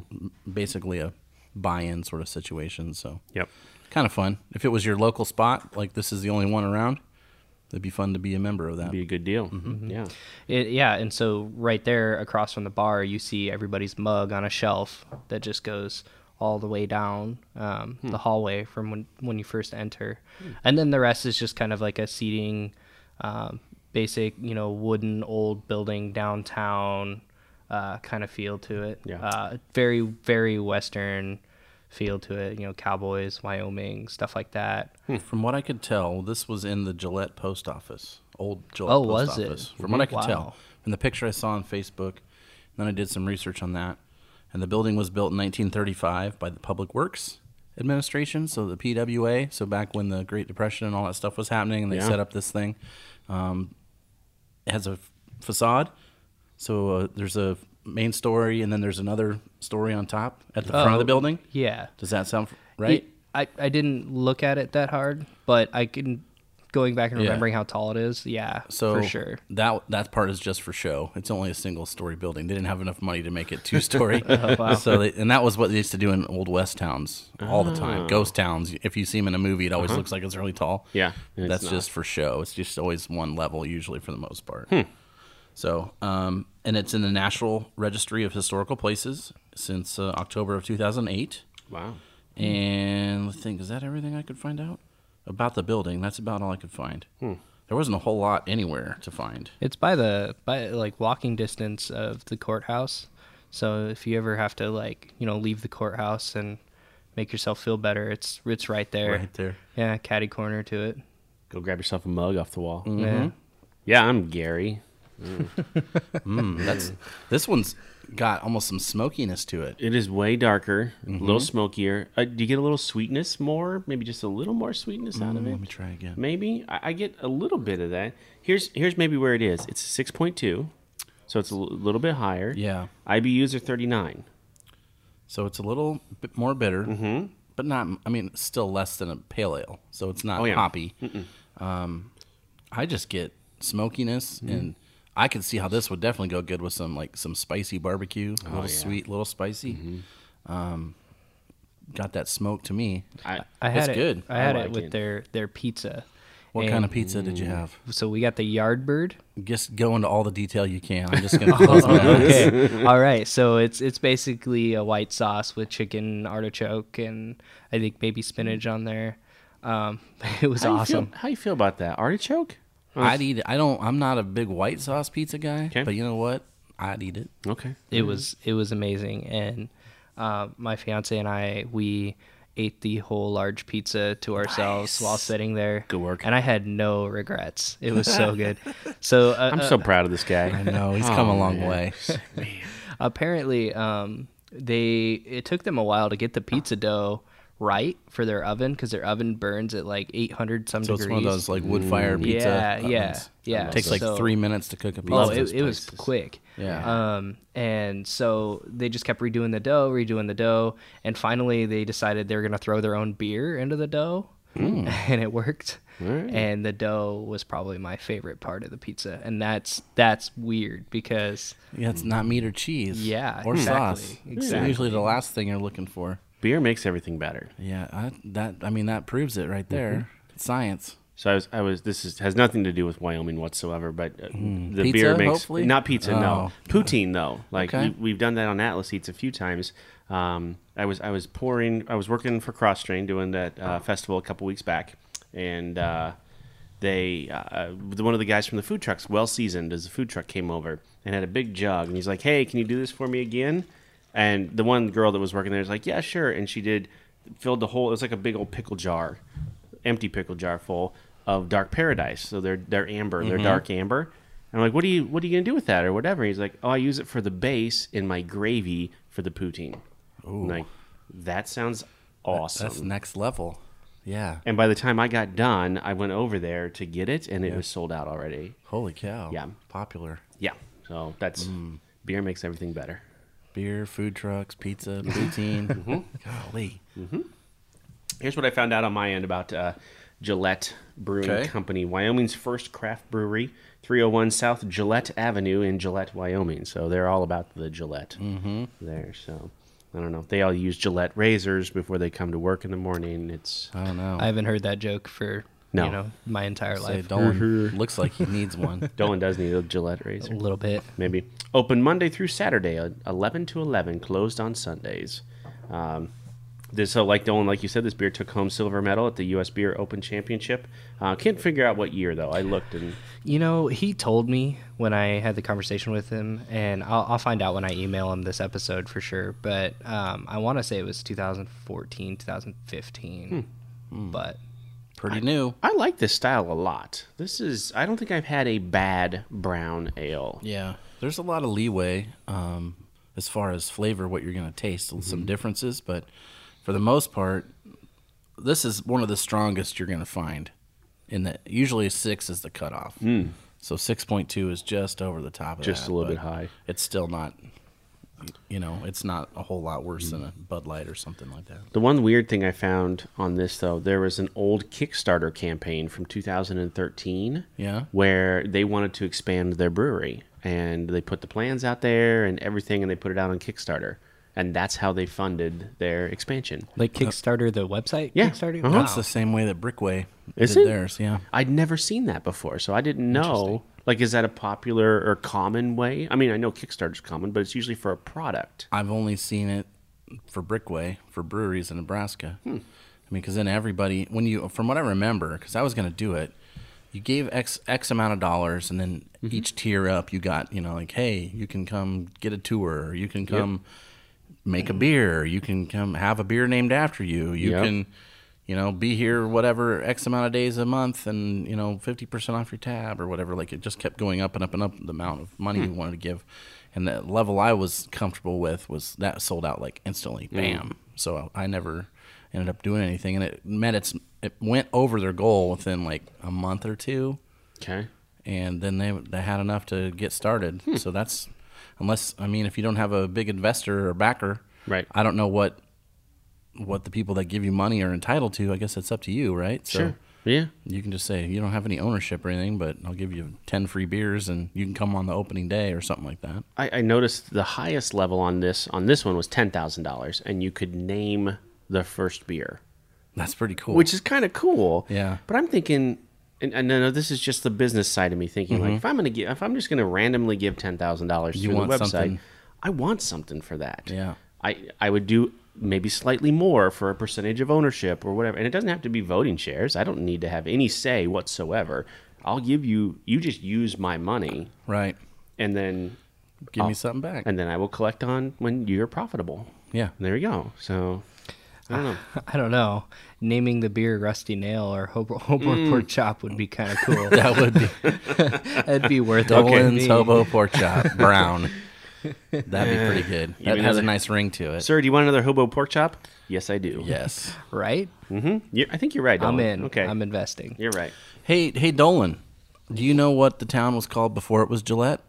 Speaker 2: basically a buy-in sort of situation. So
Speaker 1: Yep.
Speaker 2: kind of fun. If it was your local spot, like this is the only one around, it'd be fun to be a member of that.
Speaker 1: Be a good deal. Yeah.
Speaker 3: It, yeah, and so right there across from the bar, you see everybody's mug on a shelf that just goes all the way down um, the hallway from when, when you first enter. And then the rest is just kind of like a seating, um, basic, you know, wooden old building downtown uh, kind of feel to it.
Speaker 1: Yeah.
Speaker 3: Uh, very, very Western feel to it, you know, Cowboys, Wyoming, stuff like that.
Speaker 2: From what I could tell, this was in the Gillette post office, old Gillette
Speaker 3: Oh,
Speaker 2: post
Speaker 3: was it?
Speaker 2: office. From what I could
Speaker 3: Wow.
Speaker 2: tell, from the picture I saw on Facebook. And then I did some research on that. And the building was built in 1935 by the Public Works Administration, so the PWA. So back when the Great Depression and all that stuff was happening, and they
Speaker 1: Yeah.
Speaker 2: set up this thing. Um, it has a f- facade. So uh, there's a main story, and then there's another story on top at the front of
Speaker 3: Oh.
Speaker 2: the building.
Speaker 3: Yeah.
Speaker 2: Does that sound f- right?
Speaker 3: It- I, I didn't look at it that hard, but I can going back and
Speaker 2: Yeah.
Speaker 3: remembering how tall it is. Yeah,
Speaker 2: So
Speaker 3: for sure.
Speaker 2: that that part is just for show. It's only a single story building. They didn't have enough money to make it
Speaker 1: *laughs*
Speaker 2: two story. *laughs*
Speaker 1: Oh,
Speaker 3: wow.
Speaker 2: So they, and that was what they used to do in old west towns all the
Speaker 1: Ah.
Speaker 2: time. Ghost towns. If you see them in a movie, it always looks like it's really tall.
Speaker 1: Uh-huh. Yeah, and it's
Speaker 2: that's
Speaker 1: not.
Speaker 2: just for show. It's just always one level usually for the most part.
Speaker 1: Hmm.
Speaker 2: So um, and it's in the National Registry of Historical Places since uh, October of 2008.
Speaker 1: Wow.
Speaker 2: And let's think, is that everything I could find out about the building? That's about all I could find. There wasn't a whole lot anywhere to find.
Speaker 3: It's by the by like walking distance of the courthouse. So if you ever have to like, you know, leave the courthouse and make yourself feel better, it's it's right there.
Speaker 2: there.
Speaker 3: Yeah, catty corner to it.
Speaker 1: Go grab yourself a mug off the wall.
Speaker 2: Mm-hmm.
Speaker 3: Yeah.
Speaker 1: Yeah, I'm Gary.
Speaker 2: That's this one's got almost some smokiness to it.
Speaker 1: It is way darker, a little smokier. Uh, do you get a little sweetness more? Maybe just a little more sweetness out of it.
Speaker 2: Let me try again.
Speaker 1: Maybe I, I get a little bit of that. Here's here's maybe where it is. It's six point two, so it's a l- little bit higher.
Speaker 2: Yeah.
Speaker 1: IBUs are thirty nine.
Speaker 2: So it's a little bit more bitter,
Speaker 1: Mm-hmm.
Speaker 2: but not. I mean, still less than a pale ale. So it's not
Speaker 1: Oh, yeah.
Speaker 2: hoppy. Um, I just get smokiness,
Speaker 1: Mm-hmm.
Speaker 2: and I could see how this would definitely go good with some like some spicy barbecue, a
Speaker 1: Oh,
Speaker 2: little sweet, little spicy. Um,
Speaker 1: Mm-hmm.
Speaker 2: got that smoke to me.
Speaker 1: I
Speaker 3: I
Speaker 2: It's
Speaker 3: had it.
Speaker 2: good.
Speaker 3: I had
Speaker 1: I
Speaker 3: it
Speaker 1: like
Speaker 3: with
Speaker 1: it.
Speaker 3: their their pizza.
Speaker 2: What
Speaker 3: And
Speaker 2: kind of pizza did you
Speaker 1: Mm.
Speaker 2: have?
Speaker 3: So we got the Yardbird.
Speaker 2: Just go into all the detail you can.
Speaker 1: *laughs*
Speaker 2: I'm just gonna close my eyes.
Speaker 3: okay. All right. So it's it's basically a white sauce with chicken artichoke and I think baby spinach on there. Um, *laughs* it was
Speaker 1: how
Speaker 3: awesome.
Speaker 1: You feel, how you feel about that artichoke?
Speaker 2: I'd eat it. I don't. I'm not a big white sauce pizza guy,
Speaker 1: 'Kay.
Speaker 2: but you know what? I'd eat it.
Speaker 1: Okay.
Speaker 3: it was it was amazing and uh, my fiance and i we ate the whole large pizza to ourselves while sitting there
Speaker 1: Good work.
Speaker 3: and i had no regrets it was so
Speaker 1: *laughs*
Speaker 3: good so uh,
Speaker 1: I'm
Speaker 3: uh,
Speaker 1: so proud of this *laughs* guy.
Speaker 2: No, he's come a long
Speaker 1: man. *laughs*
Speaker 2: way.
Speaker 3: apparently um, they it took them a while to get the pizza dough right for their oven because their oven burns at like 800 some
Speaker 2: So
Speaker 3: degrees
Speaker 2: it's one of those like wood fire
Speaker 1: Mm.
Speaker 2: pizza.
Speaker 3: Yeah,
Speaker 2: ovens.
Speaker 3: yeah, yeah.
Speaker 2: It takes like
Speaker 3: So-
Speaker 2: three minutes to cook a pizza.
Speaker 3: Oh,
Speaker 1: Love those
Speaker 3: it, it was
Speaker 1: places.
Speaker 3: quick.
Speaker 2: Yeah.
Speaker 3: Um, and so they just kept redoing the dough, redoing the dough, and finally they decided they were gonna throw their own beer into the dough,
Speaker 2: Hmm.
Speaker 3: *laughs* and it worked. And the dough was probably my favorite part of the pizza, and that's that's weird because
Speaker 2: yeah, it's not meat or cheese.
Speaker 3: Yeah,
Speaker 2: or
Speaker 3: exactly,
Speaker 2: sauce. It's
Speaker 3: exactly.
Speaker 2: usually the last thing you're looking for.
Speaker 1: Beer makes everything better.
Speaker 2: Yeah, I, that I mean that proves it right there.
Speaker 3: Mm-hmm.
Speaker 2: It's Science.
Speaker 1: So I was, I was. This is, has nothing to do with Wyoming whatsoever, but uh, the
Speaker 2: Pizza,
Speaker 1: beer makes
Speaker 2: hopefully?
Speaker 1: not pizza, no poutine though. Like
Speaker 2: Okay.
Speaker 1: we, we've done that on Atlas Eats a few times. Um, I was I was pouring. I was working for Cross Train doing that uh, festival a couple weeks back, and uh, they uh, uh, one of the guys from the food trucks, well seasoned, as a food truck came over and had a big jug, and he's like, "Hey, can you do this for me again?" And the one girl that was working there was like, "Yeah, sure," and she did filled the whole. It was like a big old pickle jar empty pickle jar full of dark paradise. So they're they're amber, they're dark amber. And I'm like, what do you what are you gonna do with that or whatever? He's like, oh, I use it for the base in my gravy for the poutine. I'm like that sounds awesome.
Speaker 2: That's next level. Yeah.
Speaker 1: and by the time I got done, I went over there to get it, and it was sold out already.
Speaker 2: Holy cow.
Speaker 1: Yeah.
Speaker 2: Popular.
Speaker 1: Yeah, so that's beer makes everything better.
Speaker 2: Beer, food trucks,
Speaker 3: *laughs*
Speaker 2: pizza,
Speaker 1: Mm-hmm.
Speaker 2: poutine. Golly.
Speaker 1: Here's what I found out on my end about uh, Gillette Brewing
Speaker 2: Okay.
Speaker 1: Company, Wyoming's first craft brewery, 301 South Gillette Avenue in Gillette, Wyoming. So they're all about the Gillette there. So I don't know. They all use Gillette razors before they come to work in the morning. It's
Speaker 2: I don't know.
Speaker 3: I haven't heard that joke for
Speaker 1: No.
Speaker 3: you know my entire
Speaker 2: Say
Speaker 3: life.
Speaker 2: Dolan looks like he needs one.
Speaker 3: *laughs*
Speaker 1: Dolan does need a Gillette
Speaker 3: A
Speaker 1: razor.
Speaker 3: little bit.
Speaker 1: Maybe open Monday through Saturday, uh, 11 to 11, closed on Sundays. Um, this, so, like Dolan, like you said, this beer took home silver medal at the U.S. Beer Open Championship. Uh, can't figure out what year though. I looked and
Speaker 3: You know, he told me when I had the conversation with him, and I'll, I'll find out when I email him this episode for sure. But um, I want to say it was 2014, 2015. But
Speaker 2: pretty new.
Speaker 1: I like this style a lot. This is I don't think I've had a bad brown ale.
Speaker 2: Yeah, there's a lot of leeway um, as far as flavor, what you're going to taste,
Speaker 1: Mm-hmm.
Speaker 2: some differences, but for the most part, this is one of the strongest you're going to find. In the usually six is the cutoff, so six point two is just over the top of
Speaker 1: Mm. Just
Speaker 2: that,
Speaker 1: a little bit
Speaker 2: but
Speaker 1: high.
Speaker 2: It's still not, you know, it's not a whole lot worse than
Speaker 1: Mm.
Speaker 2: a Bud Light or something like that.
Speaker 1: The one weird thing I found on this though, there was an old Kickstarter campaign from 2013
Speaker 2: Yeah.
Speaker 1: where they wanted to expand their brewery and they put the plans out there and everything and they put it out on Kickstarter. And that's how they funded their expansion.
Speaker 3: Like Kickstarter, the website.
Speaker 1: Yeah.
Speaker 3: Kickstarter.
Speaker 1: Uh-huh.
Speaker 2: It's the same way that Brickway
Speaker 1: Is
Speaker 2: did
Speaker 1: it?
Speaker 2: theirs. Yeah,
Speaker 1: I'd never seen that before, so I didn't know. Like, is that a popular or common way? I mean, I know Kickstarter's common, but it's usually for a product.
Speaker 2: I've only seen it for Brickway for breweries in Nebraska. I mean, because then everybody, when you, from what I remember, because I was going to do it, you gave x x amount of dollars, and then each tier up, you got you know like, hey, you can come get a tour, or you can come make a beer, or you can come have a beer named after you, you
Speaker 1: Yep.
Speaker 2: can. You know, be here whatever X amount of days a month, and you know, fifty percent off your tab or whatever. Like it just kept going up and up and up the amount of money you wanted to give, and the level I was comfortable with was that sold out like instantly, bam. So I never ended up doing anything, and it met its it went over their goal within like a month or two,
Speaker 1: Okay.
Speaker 2: and then they they had enough to get started. So that's unless I mean if you don't have a big investor or backer,
Speaker 1: Right.
Speaker 2: I don't know what what the people that give you money are entitled to. I guess it's up to you, right? So
Speaker 1: Sure. Yeah.
Speaker 2: you can just say you don't have any ownership or anything, but I'll give you ten free beers and you can come on the opening day or something like that.
Speaker 1: I, I noticed the highest level on this on this one was ten thousand dollars, and you could name the first beer,
Speaker 2: That's pretty cool.
Speaker 1: which is kind of cool.
Speaker 2: Yeah.
Speaker 1: But I'm thinking, and, and no, no, this is just the business side of me thinking. Like, if I'm gonna give, if I'm just gonna randomly give ten thousand dollars through the
Speaker 2: Mm-hmm. want
Speaker 1: website,
Speaker 2: something.
Speaker 1: I want something for that.
Speaker 2: Yeah.
Speaker 1: I I would do maybe slightly more for a percentage of ownership or whatever. And it doesn't have to be voting shares. I don't need to have any say whatsoever. I'll give you you just use my money
Speaker 2: right.
Speaker 1: and then
Speaker 2: Give me
Speaker 1: I'll-
Speaker 2: something back.
Speaker 1: Oh. and then I will collect on when you're profitable.
Speaker 2: yeah.
Speaker 1: There you go. So I don't know.
Speaker 3: *laughs* I don't know. Naming the beer Rusty Nail or Hobo, Hobo Pork Chop would be kind of *laughs* cool.
Speaker 2: That would
Speaker 1: *laughs*
Speaker 2: be
Speaker 3: That'd be worth it. to
Speaker 2: Dolan's
Speaker 3: me.
Speaker 2: Hobo
Speaker 1: *laughs*
Speaker 2: Pork Chop Brown. That'd be pretty good. That
Speaker 1: me
Speaker 2: has a
Speaker 1: another-
Speaker 2: nice ring to it.
Speaker 1: Sir, do you want another hobo pork chop? Yes, I do. Mm-hmm.
Speaker 2: Yes.
Speaker 3: Right?
Speaker 1: You- I think you're right.
Speaker 3: I'm
Speaker 1: Dylan.
Speaker 3: in.
Speaker 1: Okay.
Speaker 3: I'm investing.
Speaker 1: You're right.
Speaker 2: Hey, hey, Dolan. Do you know what the town was called before it was Gillette?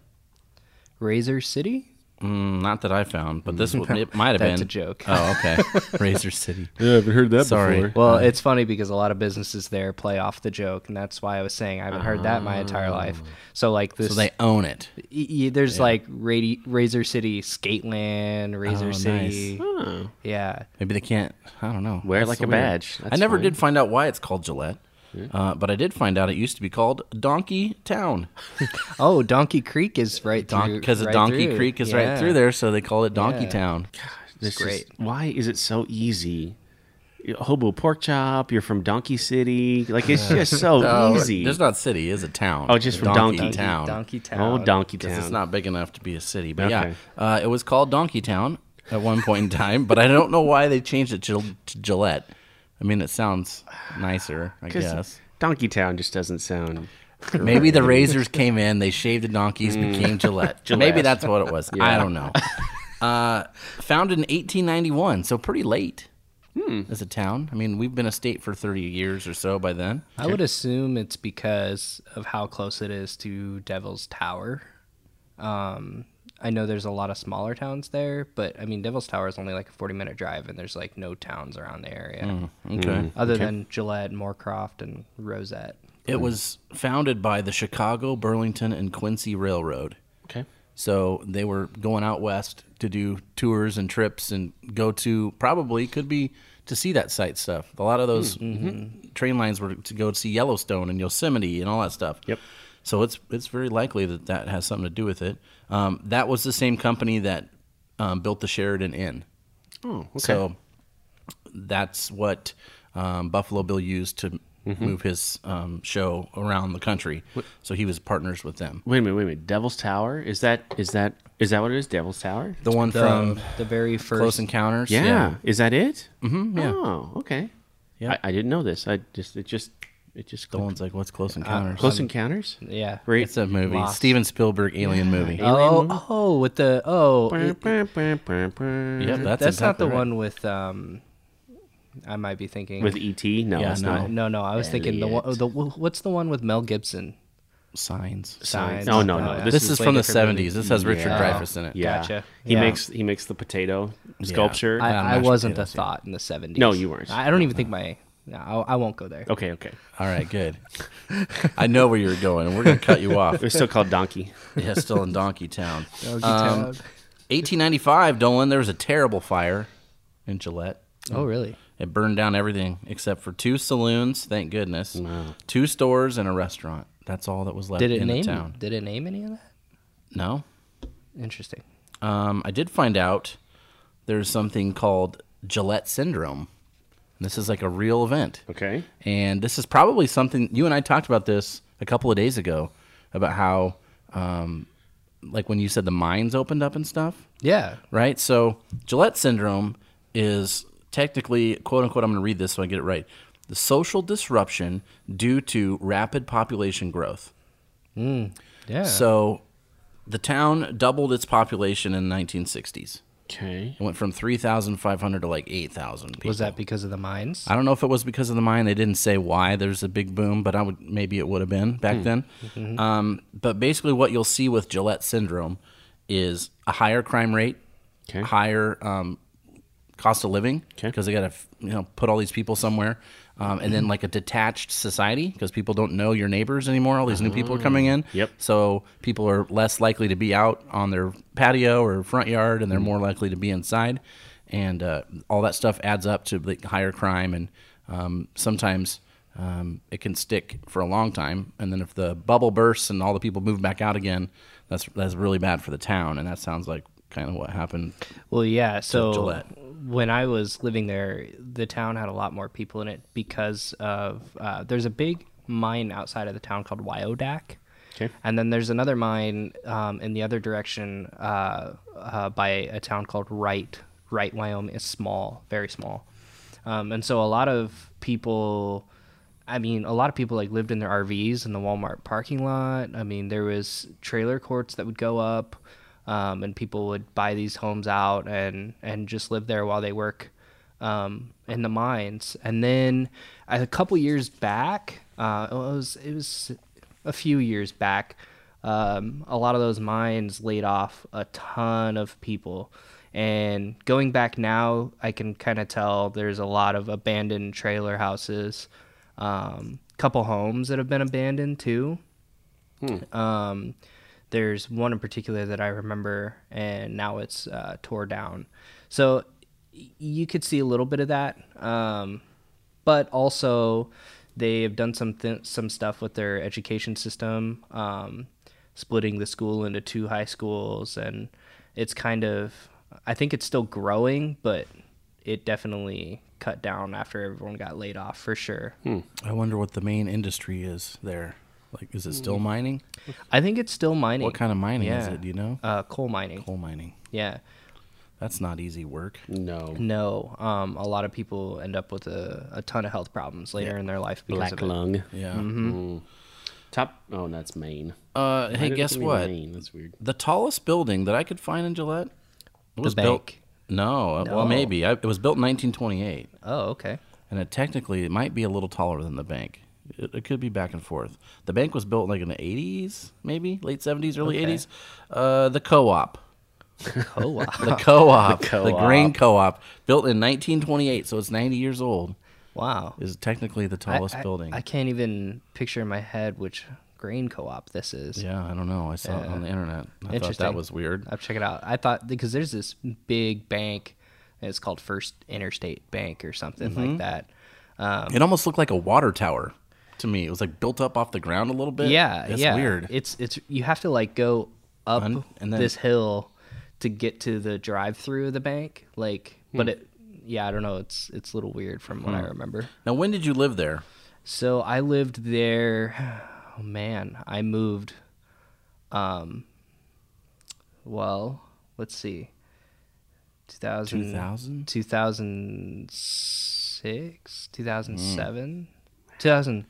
Speaker 3: Razor City?
Speaker 2: Mm, not that I found, but
Speaker 1: Mm,
Speaker 2: this one, it might have been
Speaker 3: That's a joke.
Speaker 2: Oh, okay.
Speaker 1: *laughs*
Speaker 2: Razor City.
Speaker 4: Yeah, I've heard that
Speaker 2: Sorry.
Speaker 4: before.
Speaker 3: Well, it's funny because a lot of businesses there play off the joke, and that's why I was saying I haven't heard that my entire life. So like this,
Speaker 2: Oh. So they own it.
Speaker 3: y- y- there's like Radi- Razor City, Skateland, Razor
Speaker 2: Oh,
Speaker 3: City.
Speaker 1: Oh.
Speaker 3: Yeah,
Speaker 2: Maybe they can't. I don't know.
Speaker 1: Wear it like
Speaker 2: so
Speaker 1: a
Speaker 2: weird.
Speaker 1: badge.
Speaker 2: I
Speaker 1: That's
Speaker 2: never
Speaker 1: fine.
Speaker 2: did find out why it's called Gillette, uh, but I did find out it used to be called Donkey Town
Speaker 3: Oh, Donkey Creek is right through
Speaker 2: because
Speaker 3: right
Speaker 2: the Donkey
Speaker 3: through.
Speaker 2: Creek is
Speaker 3: Yeah.
Speaker 2: right through there, so they called it Donkey
Speaker 3: Yeah.
Speaker 2: Town.
Speaker 1: This is-
Speaker 3: great.
Speaker 1: why is it so easy? Hobo pork chop. You're from Donkey City. Like it's just so easy.
Speaker 2: There's not city, is a town.
Speaker 1: Oh, just from Donkey.
Speaker 2: Town.
Speaker 3: Donkey Town.
Speaker 1: Oh, Donkey Town.
Speaker 2: Because it's not big enough to be a city. But
Speaker 1: Okay.
Speaker 2: yeah, uh, it was called Donkey Town at one point in time, but I don't know why they changed it to to Gillette. I mean, it sounds nicer, I
Speaker 1: 'Cause
Speaker 2: guess.
Speaker 1: Donkey Town just doesn't sound.
Speaker 2: Maybe the razors came in, they shaved the donkeys,
Speaker 1: *laughs*
Speaker 2: became Gillette. Maybe
Speaker 1: Mm. Gillette.
Speaker 2: that's what it was. I don't know. Uh, founded in 1891, so pretty late
Speaker 1: Hmm.
Speaker 2: as a town. I mean, we've been a state for 30 years or so by then.
Speaker 3: I would assume it's because of how close it is to Devil's Tower. Um, I know there's a lot of smaller towns there, but I mean Devil's Tower is only like a 40 minute drive, and there's like no towns around the area
Speaker 2: Okay.
Speaker 1: Hmm.
Speaker 3: other than Gillette, Moorcroft, and Rosette.
Speaker 2: It was founded by the Chicago, Burlington, and Quincy Railroad.
Speaker 1: Okay.
Speaker 2: So they were going out west to do tours and trips and go to probably could be to see that site stuff. A lot of those mm, train lines were to go see Yellowstone and Yosemite and all that stuff.
Speaker 1: Yep.
Speaker 2: So it's it's very likely that that has something to do with it. Um, that was the same company that um, built the Sheridan Inn.
Speaker 1: Oh, okay.
Speaker 2: So that's what um, Buffalo Bill used to move his um, show around the country. So he was partners with them.
Speaker 1: wait a minute. Wait a minute. Devil's Tower. Is that? Is that? Is that what it is? Devil's Tower.
Speaker 2: The one
Speaker 3: The,
Speaker 2: from
Speaker 3: the very first
Speaker 2: Close Encounters.
Speaker 1: Yeah. Is that it? Mm-hmm.
Speaker 2: yeah.
Speaker 1: Oh, okay.
Speaker 2: Yeah.
Speaker 1: I, I didn't know this. I just it just it just
Speaker 2: The one's like, what's Close Encounters?
Speaker 1: Close Encounters.
Speaker 3: Yeah.
Speaker 1: Great.
Speaker 2: It's a movie.
Speaker 3: Lost.
Speaker 2: Steven Spielberg alien movie.
Speaker 1: Yeah.
Speaker 3: Oh,
Speaker 1: Alien movie?
Speaker 3: oh, with the oh, it-
Speaker 2: Yep,
Speaker 1: Yep.
Speaker 2: that's,
Speaker 3: that's, not the
Speaker 2: exactly right.
Speaker 3: one with um. I might be thinking
Speaker 2: E
Speaker 1: With ET? No,
Speaker 2: Yeah,
Speaker 1: it's
Speaker 2: no.
Speaker 1: not.
Speaker 3: No, no, I was thinking the one.
Speaker 1: Elliot.
Speaker 3: The what's the one with Mel Gibson?
Speaker 2: Signs.
Speaker 3: Signs.
Speaker 1: Oh, no, no,
Speaker 3: yeah.
Speaker 2: This,
Speaker 1: This
Speaker 2: is,
Speaker 1: is
Speaker 2: from the
Speaker 3: way different
Speaker 2: 70s.
Speaker 3: movie.
Speaker 2: This has Richard
Speaker 1: Yeah.
Speaker 2: Dreyfuss in it.
Speaker 1: Yeah.
Speaker 3: Gotcha.
Speaker 1: He
Speaker 3: Yeah.
Speaker 1: makes he makes the potato sculpture.
Speaker 3: I,
Speaker 2: Clown
Speaker 3: I
Speaker 2: mashed
Speaker 3: wasn't a
Speaker 2: potatoes, yeah.
Speaker 3: thought in the seventies.
Speaker 1: No, you weren't.
Speaker 3: I I don't even think my. No, I, I won't go there.
Speaker 1: okay, okay.
Speaker 2: All right, good. I know where you're going, and we're going to cut you off.
Speaker 1: It was still called Donkey.
Speaker 2: Yeah, still in Donkey Town.
Speaker 3: Doggy
Speaker 2: Um,
Speaker 3: Town.
Speaker 2: 1895, Dolan, there was a terrible fire in Gillette.
Speaker 3: oh, really?
Speaker 2: It burned down everything except for two saloons, thank goodness, two stores, and a restaurant. That's all that was left
Speaker 3: Did it
Speaker 2: in the
Speaker 3: name?
Speaker 2: town.
Speaker 3: Did it name any of that?
Speaker 2: No.
Speaker 3: Interesting.
Speaker 2: Um, I did find out there's something called Gillette Syndrome. This is like a real event.
Speaker 1: Okay.
Speaker 2: And this is probably something you and I talked about this a couple of days ago about how, um, like when you said the mines opened up and stuff,
Speaker 3: Yeah.
Speaker 2: right? So Gillette syndrome is technically, quote unquote, I'm going to read this so I get it right the social disruption due to rapid population growth.
Speaker 3: Yeah.
Speaker 2: So the town doubled its population in the 1960s.
Speaker 1: Okay.
Speaker 2: It went from 3,500 to like 8,000 people.
Speaker 3: was that because of the mines?
Speaker 2: I don't know if it was because of the mine. They didn't say why there's a big boom, but I would maybe it would have been back
Speaker 3: Hmm.
Speaker 2: then.
Speaker 3: Mm-hmm.
Speaker 2: Um, but basically, what you'll see with Gillette syndrome is a higher crime rate,
Speaker 1: Okay.
Speaker 2: higher um, cost of living
Speaker 1: Okay.
Speaker 2: because they got to you know put all these people somewhere, um, and then like a detached society because people don't know your neighbors anymore. All these new people are coming in.
Speaker 1: Oh, Yep.
Speaker 2: So people are less likely to be out on their patio or front yard,
Speaker 1: Mm-hmm.
Speaker 2: and they're more likely to be inside, and uh, all that stuff adds up to like higher crime, and um, sometimes um, it can stick for a long time. And then if the bubble bursts and all the people move back out again, that's that's really bad for the town, and that sounds like kind of what happened.
Speaker 3: Well, yeah. So
Speaker 2: Gillette.
Speaker 3: when I was living there, the town had a lot more people in it because of uh, there's a big mine outside of the town called Wyodak.
Speaker 1: Okay.
Speaker 3: And then there's another mine um, in the other direction uh, uh, by a town called Wright. Wright, Wyoming is small, very small. Um, and so a lot of people, I mean, a lot of people like lived in their RVs in the Walmart parking lot. I mean, there was trailer courts that would go up, um, and people would buy these homes out and and just live there while they work um, in the mines. And then a couple years back, uh, it was it was a few years back, um, a lot of those mines laid off a ton of people. And going back now, I can kind of tell there's a lot of abandoned trailer houses, um, couple homes that have been abandoned too. Um, there's one in particular that I remember, and now it's uh, tore down. So y- you could see a little bit of that, um, but also they have done some th- some stuff with their education system, um, splitting the school into two high schools, and it's kind of I think it's still growing, but it definitely cut down after everyone got laid off for sure.
Speaker 2: I wonder what the main industry is there. Like, is it still mining?
Speaker 3: I think it's still mining.
Speaker 2: What kind of mining is
Speaker 3: Mm. Yeah.
Speaker 2: it? Do you know?
Speaker 3: Uh, coal mining.
Speaker 2: Coal mining.
Speaker 3: Yeah.
Speaker 2: That's not easy work.
Speaker 1: No.
Speaker 3: No, um, a lot of people end up with a, a ton of health problems later in their life because
Speaker 1: Black
Speaker 3: of it.
Speaker 1: lung.
Speaker 2: Yeah.
Speaker 3: Mm-hmm.
Speaker 1: Top. Oh, that's Maine.
Speaker 2: Uh, hey,
Speaker 1: Why did it
Speaker 2: guess
Speaker 1: give me
Speaker 2: what?
Speaker 1: Maine? That's weird.
Speaker 2: The tallest building that I could find in Gillette was built.
Speaker 3: bank.
Speaker 2: No, uh, well,
Speaker 3: No.
Speaker 2: maybe I, it was built in 1928,
Speaker 3: Oh, okay.
Speaker 2: and it technically it might be a little taller than the bank. It, it could be back and forth. The bank was built like in the 80s, maybe late 70s, early 80s. Uh, the co-op.
Speaker 3: Co-op.
Speaker 2: The
Speaker 3: *laughs*
Speaker 2: co-op, the,
Speaker 1: co-op.
Speaker 2: grain co-op, built in 1928, so it's 90 years old,
Speaker 3: wow.
Speaker 2: is technically the
Speaker 3: I-
Speaker 2: tallest
Speaker 3: I,
Speaker 2: building.
Speaker 3: I can't even picture in my head which grain co-op this is.
Speaker 2: yeah, I don't know. I saw it on the internet. I thought that
Speaker 3: Interesting.
Speaker 2: was weird.
Speaker 3: I'll check it out. I thought because there's this big bank, and it's called First Interstate Bank or something like that. Um,
Speaker 2: It almost looked like a water tower to me. It was like built up off the ground a little bit.
Speaker 3: yeah,
Speaker 2: it's
Speaker 3: yeah.
Speaker 2: weird.
Speaker 3: It's it's you have to like go up
Speaker 2: Un- and then-
Speaker 3: this hill to get to the drive-through of the bank. Like, but it, yeah, I don't know. It's it's a little weird from
Speaker 2: Hmm.
Speaker 3: what I remember.
Speaker 2: now, when did you live
Speaker 3: Mm.
Speaker 2: there?
Speaker 3: So I lived there. *sighs* Oh man, I moved. Um. Well, let's see. 2000,
Speaker 2: 2000?
Speaker 3: 2006 six, two thousand seven,
Speaker 2: Hmm.
Speaker 3: two thousand.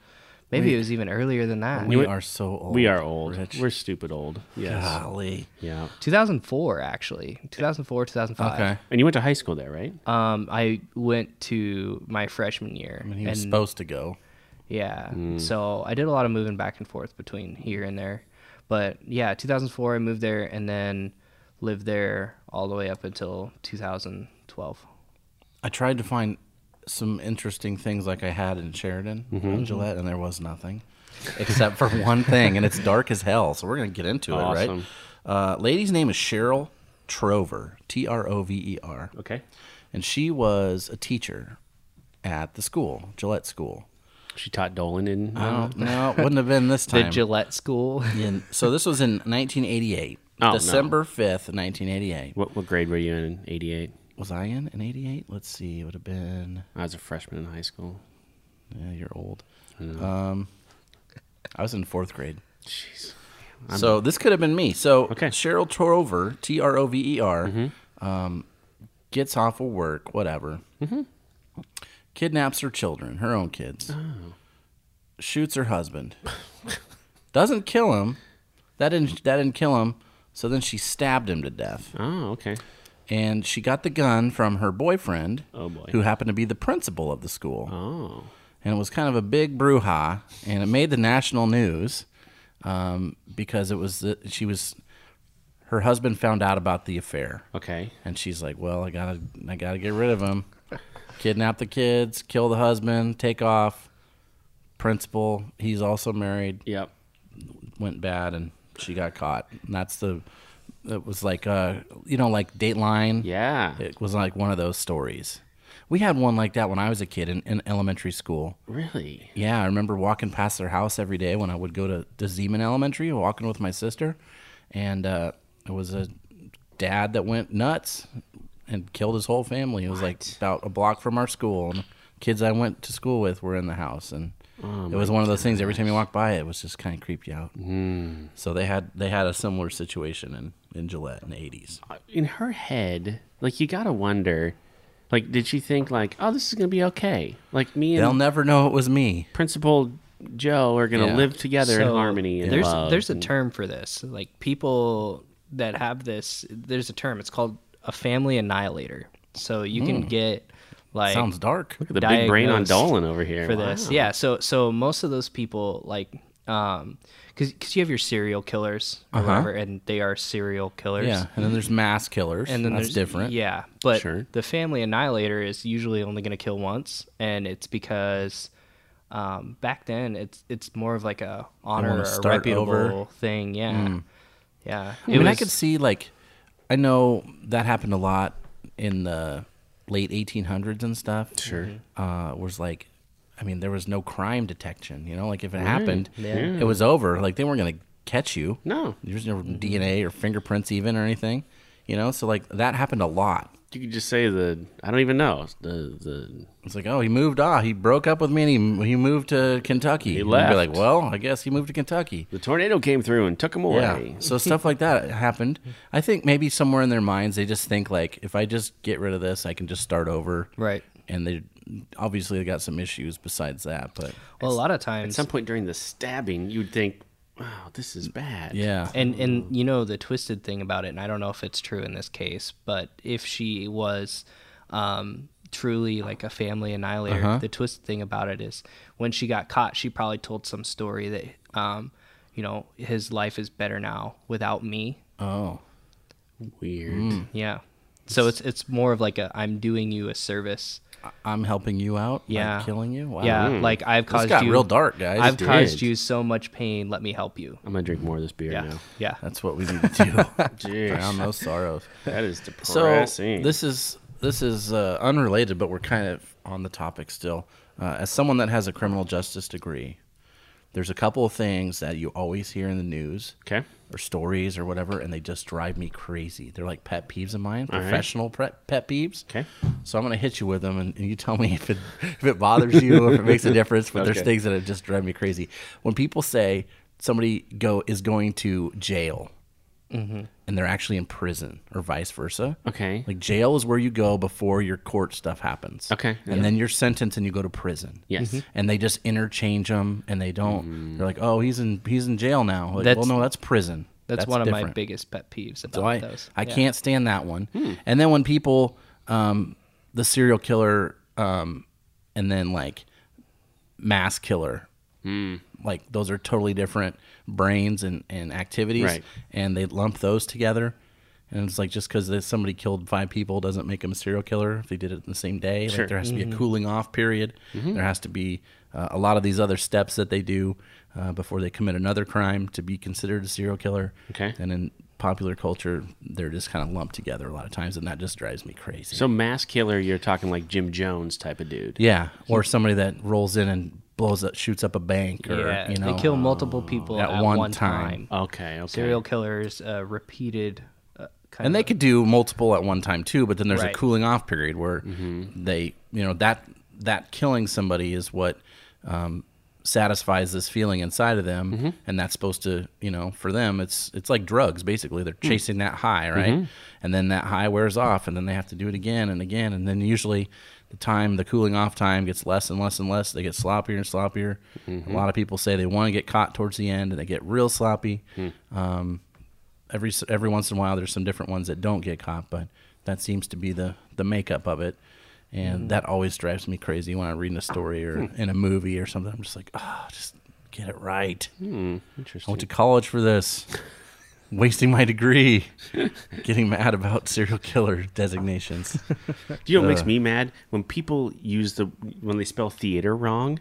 Speaker 3: Maybe it was even earlier than that.
Speaker 2: We
Speaker 1: went-
Speaker 2: are so old.
Speaker 1: we are old.
Speaker 2: Rich.
Speaker 1: We're stupid old. Yes.
Speaker 2: Golly.
Speaker 1: Yeah.
Speaker 3: 2004 actually 2004 2005
Speaker 2: Okay.
Speaker 1: And you went to high school there, right?
Speaker 3: um i went to my freshman year
Speaker 2: And he was
Speaker 3: and-
Speaker 2: supposed to go.
Speaker 3: yeah
Speaker 1: Mm.
Speaker 3: so i did a lot of moving back and forth between here and there but yeah 2004 i moved there and then lived there all the way up until 2012
Speaker 2: I tried to find some interesting things like I had in Sheridan on Gillette, and there was nothing except for *laughs* one thing, and it's dark as hell. So we're gonna get into
Speaker 1: Awesome.
Speaker 2: it, right? Uh, lady's name is Cheryl Trover, T R O V E R,
Speaker 1: Okay.
Speaker 2: and she was a teacher at the school, Gillette School.
Speaker 1: She taught Dolan in. um,
Speaker 3: Oh.
Speaker 2: No, no, it wouldn't have been this
Speaker 3: the
Speaker 2: time.
Speaker 1: *laughs*
Speaker 3: gillette school
Speaker 2: In- so this was in 1988,
Speaker 1: Oh, no.
Speaker 2: December 5th, 1988.
Speaker 1: what, what grade were you in in 88?
Speaker 2: Was I in in 88? Let's see, it would have been.
Speaker 1: I was a freshman in high school.
Speaker 2: Yeah, you're old. Um, I was in fourth grade.
Speaker 1: Jeez.
Speaker 2: so this could have been me. So
Speaker 1: Okay. Mm-hmm.
Speaker 2: Cheryl Trover, T R O V E R, um, gets off of work, whatever, kidnaps her children, her own kids,
Speaker 1: Oh.
Speaker 2: shoots her husband, doesn't kill him. That didn't that didn't kill him. So then she stabbed him to death,
Speaker 1: Oh, okay.
Speaker 2: and she got the gun from her boyfriend,
Speaker 1: Oh, boy.
Speaker 2: who happened to be the principal of the school
Speaker 1: Oh.
Speaker 2: and it was kind of a big brouhaha, and it made the national news um, because it was the, she was her husband found out about the affair,
Speaker 1: Okay.
Speaker 2: and she's like, "Well, I gotta, I gotta get rid of him, kidnap the kids, kill the husband, take off." Principal, he's also married,
Speaker 1: Yep.
Speaker 2: went bad, and she got caught. And that's the it was like uh you know like Dateline,
Speaker 1: Yeah.
Speaker 2: It was like one of those stories. We had one like that when I was a kid in, in elementary school.
Speaker 1: Really?
Speaker 2: Yeah, I remember walking past their house every day when I would go to, to Zeman Elementary, walking with my sister, and uh, it was a dad that went nuts and killed his whole family. It was like about a block from our school, and kids I went to school with were in the house, and it was one of those things. Every time you walked by, it was just kind of creeped you out. Mm. So they had they had a similar situation in in Gillette in the eighties.
Speaker 1: In her head, like, you gotta wonder, like, did she think, like, oh, this is gonna be okay? Like, me and
Speaker 2: They'll never know it was me.
Speaker 1: Principal Joe are gonna
Speaker 2: Yeah.
Speaker 1: live together in
Speaker 3: So,
Speaker 1: harmony and
Speaker 3: there's
Speaker 1: love.
Speaker 3: there's a
Speaker 1: and-
Speaker 3: term for this like people that have this there's a term it's called a family annihilator so you
Speaker 1: Hmm.
Speaker 3: can get like
Speaker 2: Sounds dark.
Speaker 1: Look at the big brain on
Speaker 3: diagnosed
Speaker 1: Dolan over here.
Speaker 3: for this.
Speaker 1: Wow.
Speaker 3: Yeah. So so most of those people like um because because you have your serial killers
Speaker 1: Uh-huh.
Speaker 3: or whatever, and they are serial killers.
Speaker 2: Yeah, and then there's mass killers,
Speaker 3: And then
Speaker 2: that's
Speaker 3: there's
Speaker 2: different.
Speaker 3: Yeah, but
Speaker 1: Sure.
Speaker 3: the family annihilator is usually only going to kill once, and it's because um, back then it's it's more of like a honor
Speaker 2: wanna
Speaker 3: or a
Speaker 2: start
Speaker 3: reputable
Speaker 2: over. Hmm.
Speaker 3: thing. Yeah, yeah.
Speaker 2: I
Speaker 3: It
Speaker 2: mean, I
Speaker 3: was-
Speaker 2: could see like, I know that happened a lot in the late 1800s and stuff. Sure, uh, was like, I mean, there was no crime detection. You know, like if it happened, it was over. Like they weren't gonna catch you.
Speaker 1: No.
Speaker 2: there was no DNA or fingerprints even or anything. You know, so like that happened a lot.
Speaker 1: You could just say the, I don't even know. The, the,
Speaker 2: It's like, oh, he moved off. He broke up with me, and he, he moved to Kentucky. He
Speaker 1: left.
Speaker 2: Be like, well, I guess he moved to Kentucky.
Speaker 1: the tornado came through and took him away.
Speaker 2: Yeah. So stuff like that happened. I think maybe somewhere in their minds they just think like if I just get rid of this, I can just start over.
Speaker 3: Right.
Speaker 2: And they obviously they got some issues besides that, but
Speaker 3: well a lot of
Speaker 1: At
Speaker 3: times.
Speaker 1: some point during the stabbing, you'd think, wow, this is bad.
Speaker 2: yeah.
Speaker 3: and and you know the twisted thing about it, and I don't know if it's true in this case, but if she was um, truly like a family annihilator,
Speaker 2: Uh-huh.
Speaker 3: the twisted thing about it is when she got caught, she probably told some story that um, you know his life is better now without me.
Speaker 2: oh.
Speaker 1: Weird.
Speaker 2: Mm.
Speaker 3: Yeah, so it's it's more of like a I'm doing you a service.
Speaker 2: I- I'm helping you out. by
Speaker 3: Yeah,
Speaker 2: killing you. Wow. Hmm.
Speaker 3: Yeah, like I've
Speaker 2: This
Speaker 3: caused
Speaker 2: got
Speaker 3: you
Speaker 2: real dark, guys.
Speaker 3: I've
Speaker 1: did.
Speaker 3: caused you so much pain. Let me help you.
Speaker 1: I'm gonna drink more of this beer
Speaker 3: *laughs* Yeah,
Speaker 1: now.
Speaker 3: yeah.
Speaker 2: That's what we need
Speaker 3: *laughs*
Speaker 2: to do.
Speaker 1: Jeez.
Speaker 2: Drown those sorrows.
Speaker 1: That is
Speaker 2: So
Speaker 1: depressing.
Speaker 2: this is this is uh, unrelated, but we're kind of on the topic still. Uh, as someone that has a criminal justice degree, there's a couple of things that you always hear in the news
Speaker 1: okay.
Speaker 2: or stories or whatever, and they just drive me crazy. They're like pet peeves of mine, professional pre- pet peeves.
Speaker 1: Okay.
Speaker 2: So I'm gonna hit you with them, and, and you tell me *laughs* if it if it bothers you, if it
Speaker 1: *laughs*
Speaker 2: makes a difference. But there's
Speaker 1: Okay.
Speaker 2: things that have just drive me crazy. When people say somebody go is going to jail, and they're actually in prison or vice versa.
Speaker 1: Mm-hmm. Okay.
Speaker 2: Like jail is where you go before your court stuff happens.
Speaker 1: Okay.
Speaker 2: And then you're sentenced and you go to prison.
Speaker 3: Mm-hmm.
Speaker 1: Yes. Mm. Mhm.
Speaker 2: And they just interchange them and they don't. They're like, oh, he's in he's in jail now. Like, well,
Speaker 3: That's-
Speaker 2: no, that's prison.
Speaker 3: That's, one of my
Speaker 2: different.
Speaker 3: biggest pet peeves about
Speaker 2: So I,
Speaker 3: those.
Speaker 2: I
Speaker 3: Yeah.
Speaker 2: can't stand that one. And then when people, um, the serial killer, um, and then like mass killer, like those are totally different brains and, and activities.
Speaker 1: Right.
Speaker 2: And they lump those together. And it's like just because somebody killed five people doesn't make them a serial killer if they did it in the same day.
Speaker 1: Sure.
Speaker 2: Like there has to be a cooling off period. There has to be uh, a lot of these other steps that they do uh, before they commit another crime to be considered a serial killer.
Speaker 1: Okay.
Speaker 2: And in popular culture, they're just kind of lumped together a lot of times, and that just drives me crazy.
Speaker 1: So mass killer, you're talking like Jim Jones type of dude.
Speaker 2: yeah, or somebody that rolls in and blows up, shoots up a bank, or
Speaker 3: yeah,
Speaker 2: you know,
Speaker 3: they kill multiple people
Speaker 2: at
Speaker 3: at,
Speaker 2: one
Speaker 3: one,
Speaker 2: time.
Speaker 3: time.
Speaker 1: Okay. Okay.
Speaker 3: Serial killers, uh, repeated. Uh, kind
Speaker 2: and they
Speaker 3: of-
Speaker 2: could do multiple at one time too. But then there's a
Speaker 3: Right.
Speaker 2: cooling off period where they, you know, that that killing somebody is what. Um, satisfies this feeling inside of them and that's supposed to you know for them it's it's like drugs basically they're chasing that high right and then that high wears off and then they have to do it again and again and then usually the time the cooling off time gets less and less and less they get sloppier and sloppier a lot of people say they want to get caught towards the end and they get real sloppy um, every s- every once in a while there's some different ones that don't get caught, but that seems to be the the makeup of it.
Speaker 1: Mm.
Speaker 2: And that always drives me crazy when I read in a story or
Speaker 1: Hmm.
Speaker 2: in a movie or something. I'm just like, oh, just get it right. I
Speaker 1: Hmm. Interesting.
Speaker 2: went to college for
Speaker 1: *laughs*
Speaker 2: this, wasting my degree, getting mad about serial killer designations.
Speaker 1: Do you know what
Speaker 2: Uh.
Speaker 1: makes me mad? When people use the when they spell theater wrong.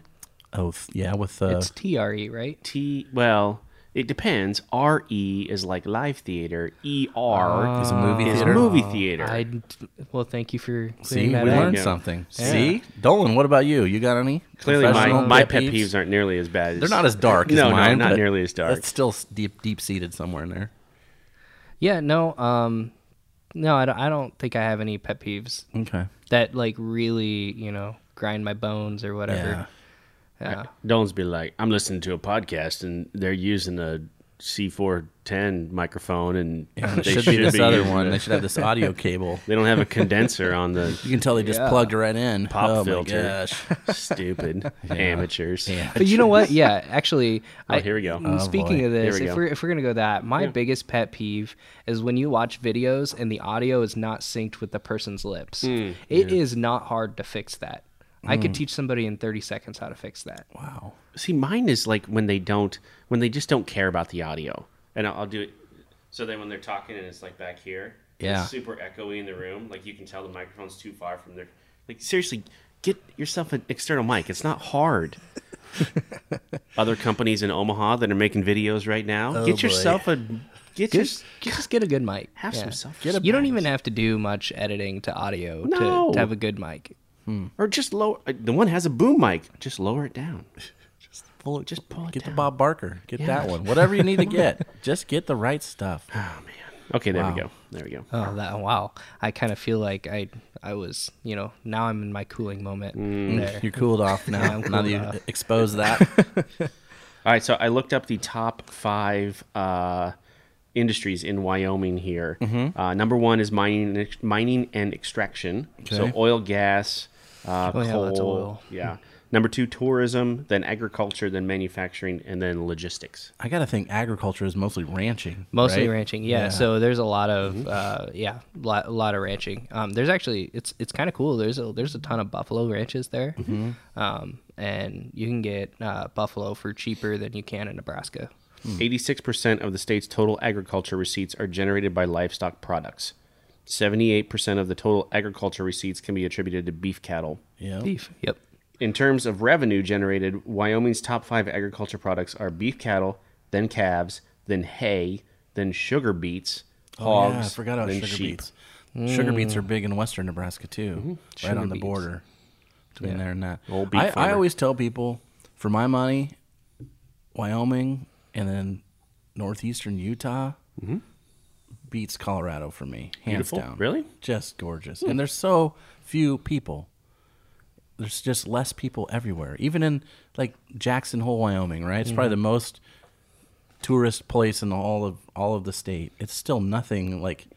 Speaker 2: oh, th- yeah, with uh,
Speaker 3: It's TRE, right?
Speaker 1: T. Well, it depends. R E is like live theater. E R
Speaker 2: is a movie
Speaker 1: is
Speaker 2: theater.
Speaker 1: movie theater.
Speaker 3: I well, thank you for clearing
Speaker 2: See, we
Speaker 3: that up.
Speaker 2: learned
Speaker 1: Yeah.
Speaker 2: something.
Speaker 3: Yeah.
Speaker 2: See, Dolan, what about you? You got any?
Speaker 1: Clearly, my,
Speaker 2: professional
Speaker 1: my pet peeves aren't nearly as bad. As,
Speaker 2: They're not as dark as
Speaker 1: No, no,
Speaker 2: mine.
Speaker 1: not
Speaker 2: but
Speaker 1: nearly as dark.
Speaker 2: It's still s- deep, deep seated somewhere in there.
Speaker 3: Yeah, no, um, no, I don't, I don't think I have any pet peeves
Speaker 2: Okay.
Speaker 3: that like really, you know, grind my bones or
Speaker 2: Yeah.
Speaker 3: whatever. Yeah.
Speaker 1: Don'ts be like, I'm listening to a podcast and they're using a C410 microphone and
Speaker 2: yeah.
Speaker 1: they
Speaker 2: It should be this other
Speaker 1: using
Speaker 2: one.
Speaker 1: a-
Speaker 2: *laughs* They should have this audio cable.
Speaker 1: They don't have a condenser on the
Speaker 2: You can tell they just
Speaker 3: Yeah.
Speaker 2: plugged right in.
Speaker 1: Pop
Speaker 2: oh
Speaker 1: filter.
Speaker 2: My gosh. *laughs*
Speaker 1: stupid amateurs.
Speaker 2: Yeah.
Speaker 3: But you know what? Yeah, actually,
Speaker 1: Oh, here we go.
Speaker 3: mm,
Speaker 2: Oh,
Speaker 3: Speaking
Speaker 2: boy.
Speaker 3: of this,
Speaker 1: Here we go.
Speaker 3: if we're if we're gonna go that, my biggest pet peeve is when you watch videos and the audio is not synced with the person's lips.
Speaker 1: Hmm,
Speaker 3: It is not hard to fix that. I could teach somebody in thirty seconds how to fix that.
Speaker 2: Wow.
Speaker 1: See, mine is like when they don't, when they just don't care about the audio. And I'll, I'll do it. So then when they're talking and it's like back here,
Speaker 2: Yeah.
Speaker 1: it's super echoey in the room. Like you can tell the microphone's too far from their. Like seriously, get yourself an external mic. It's not
Speaker 2: *laughs*
Speaker 1: hard. Other companies in Omaha that are making videos right now,
Speaker 2: Oh,
Speaker 1: get
Speaker 2: boy.
Speaker 1: yourself a. Get your,
Speaker 3: Just just get a good mic.
Speaker 1: have
Speaker 3: Yeah.
Speaker 1: some self.
Speaker 3: You don't even have to do much editing to audio to-
Speaker 1: No.
Speaker 3: to, have a good mic.
Speaker 1: or just lower. uh, The one has a boom mic. Just lower it down.
Speaker 2: Pull it, just
Speaker 1: pull it
Speaker 2: Get the
Speaker 1: down.
Speaker 2: Bob Barker. Get
Speaker 1: Yeah.
Speaker 2: that one. Whatever you need *laughs* to get. just get the right stuff.
Speaker 1: Oh, Okay, there
Speaker 2: Wow.
Speaker 1: we go. There we go.
Speaker 3: Oh, that wow! I kind of feel like I I was you know now I'm in my cooling moment
Speaker 1: Hmm.
Speaker 3: there.
Speaker 2: *laughs* You're cooled off now.
Speaker 3: I'm
Speaker 2: now that
Speaker 3: cooled
Speaker 2: you
Speaker 3: off.
Speaker 2: expose that.
Speaker 1: All right, so I looked up the top five uh, industries in Wyoming here.
Speaker 3: Mm-hmm.
Speaker 1: Uh, number one is mining, and ex- mining and extraction, so
Speaker 2: Okay.
Speaker 1: oil, gas, uh,
Speaker 3: Oh, yeah,
Speaker 1: coal.
Speaker 3: that's oil.
Speaker 1: Yeah. Number two, tourism, then agriculture, then manufacturing, and then logistics.
Speaker 2: *laughs* I got to think agriculture is mostly ranching.
Speaker 3: Mostly
Speaker 2: right?
Speaker 3: ranching, yeah, So there's a lot of uh, yeah, lot, a lot of ranching. Um, there's actually it's it's kind of cool. There's a there's a ton of buffalo ranches there, um, and you can get uh, buffalo for cheaper than you can in Nebraska.
Speaker 1: 86% of the state's total agriculture receipts are generated by livestock products. 78% of the total agriculture receipts can be attributed to beef cattle.
Speaker 2: Yeah.
Speaker 3: Beef, yep.
Speaker 1: In terms of revenue generated, Wyoming's top five agriculture products are beef cattle, then calves, then hay, then sugar beets,
Speaker 2: Oh,
Speaker 1: hogs,
Speaker 2: yeah, I forgot about
Speaker 1: then
Speaker 2: sugar
Speaker 1: sheep. Mm-hmm.
Speaker 2: beets. Sugar beets are big in western Nebraska too, right
Speaker 3: Sugar
Speaker 2: on the
Speaker 3: beets.
Speaker 2: border between there and that.
Speaker 1: Old beet
Speaker 2: I, I
Speaker 1: farmer.
Speaker 2: always tell people, for my money, Wyoming and then northeastern Utah beats Colorado for me, hands
Speaker 1: Mm-hmm. Beautiful.
Speaker 2: down.
Speaker 1: Really? Hmm.
Speaker 2: just gorgeous. And there's so few people. There's just
Speaker 1: Mm-hmm.
Speaker 2: less people everywhere. Even in like Jackson Hole, Wyoming, right? It's probably the most tourist place in all of all of the state. It's still nothing like.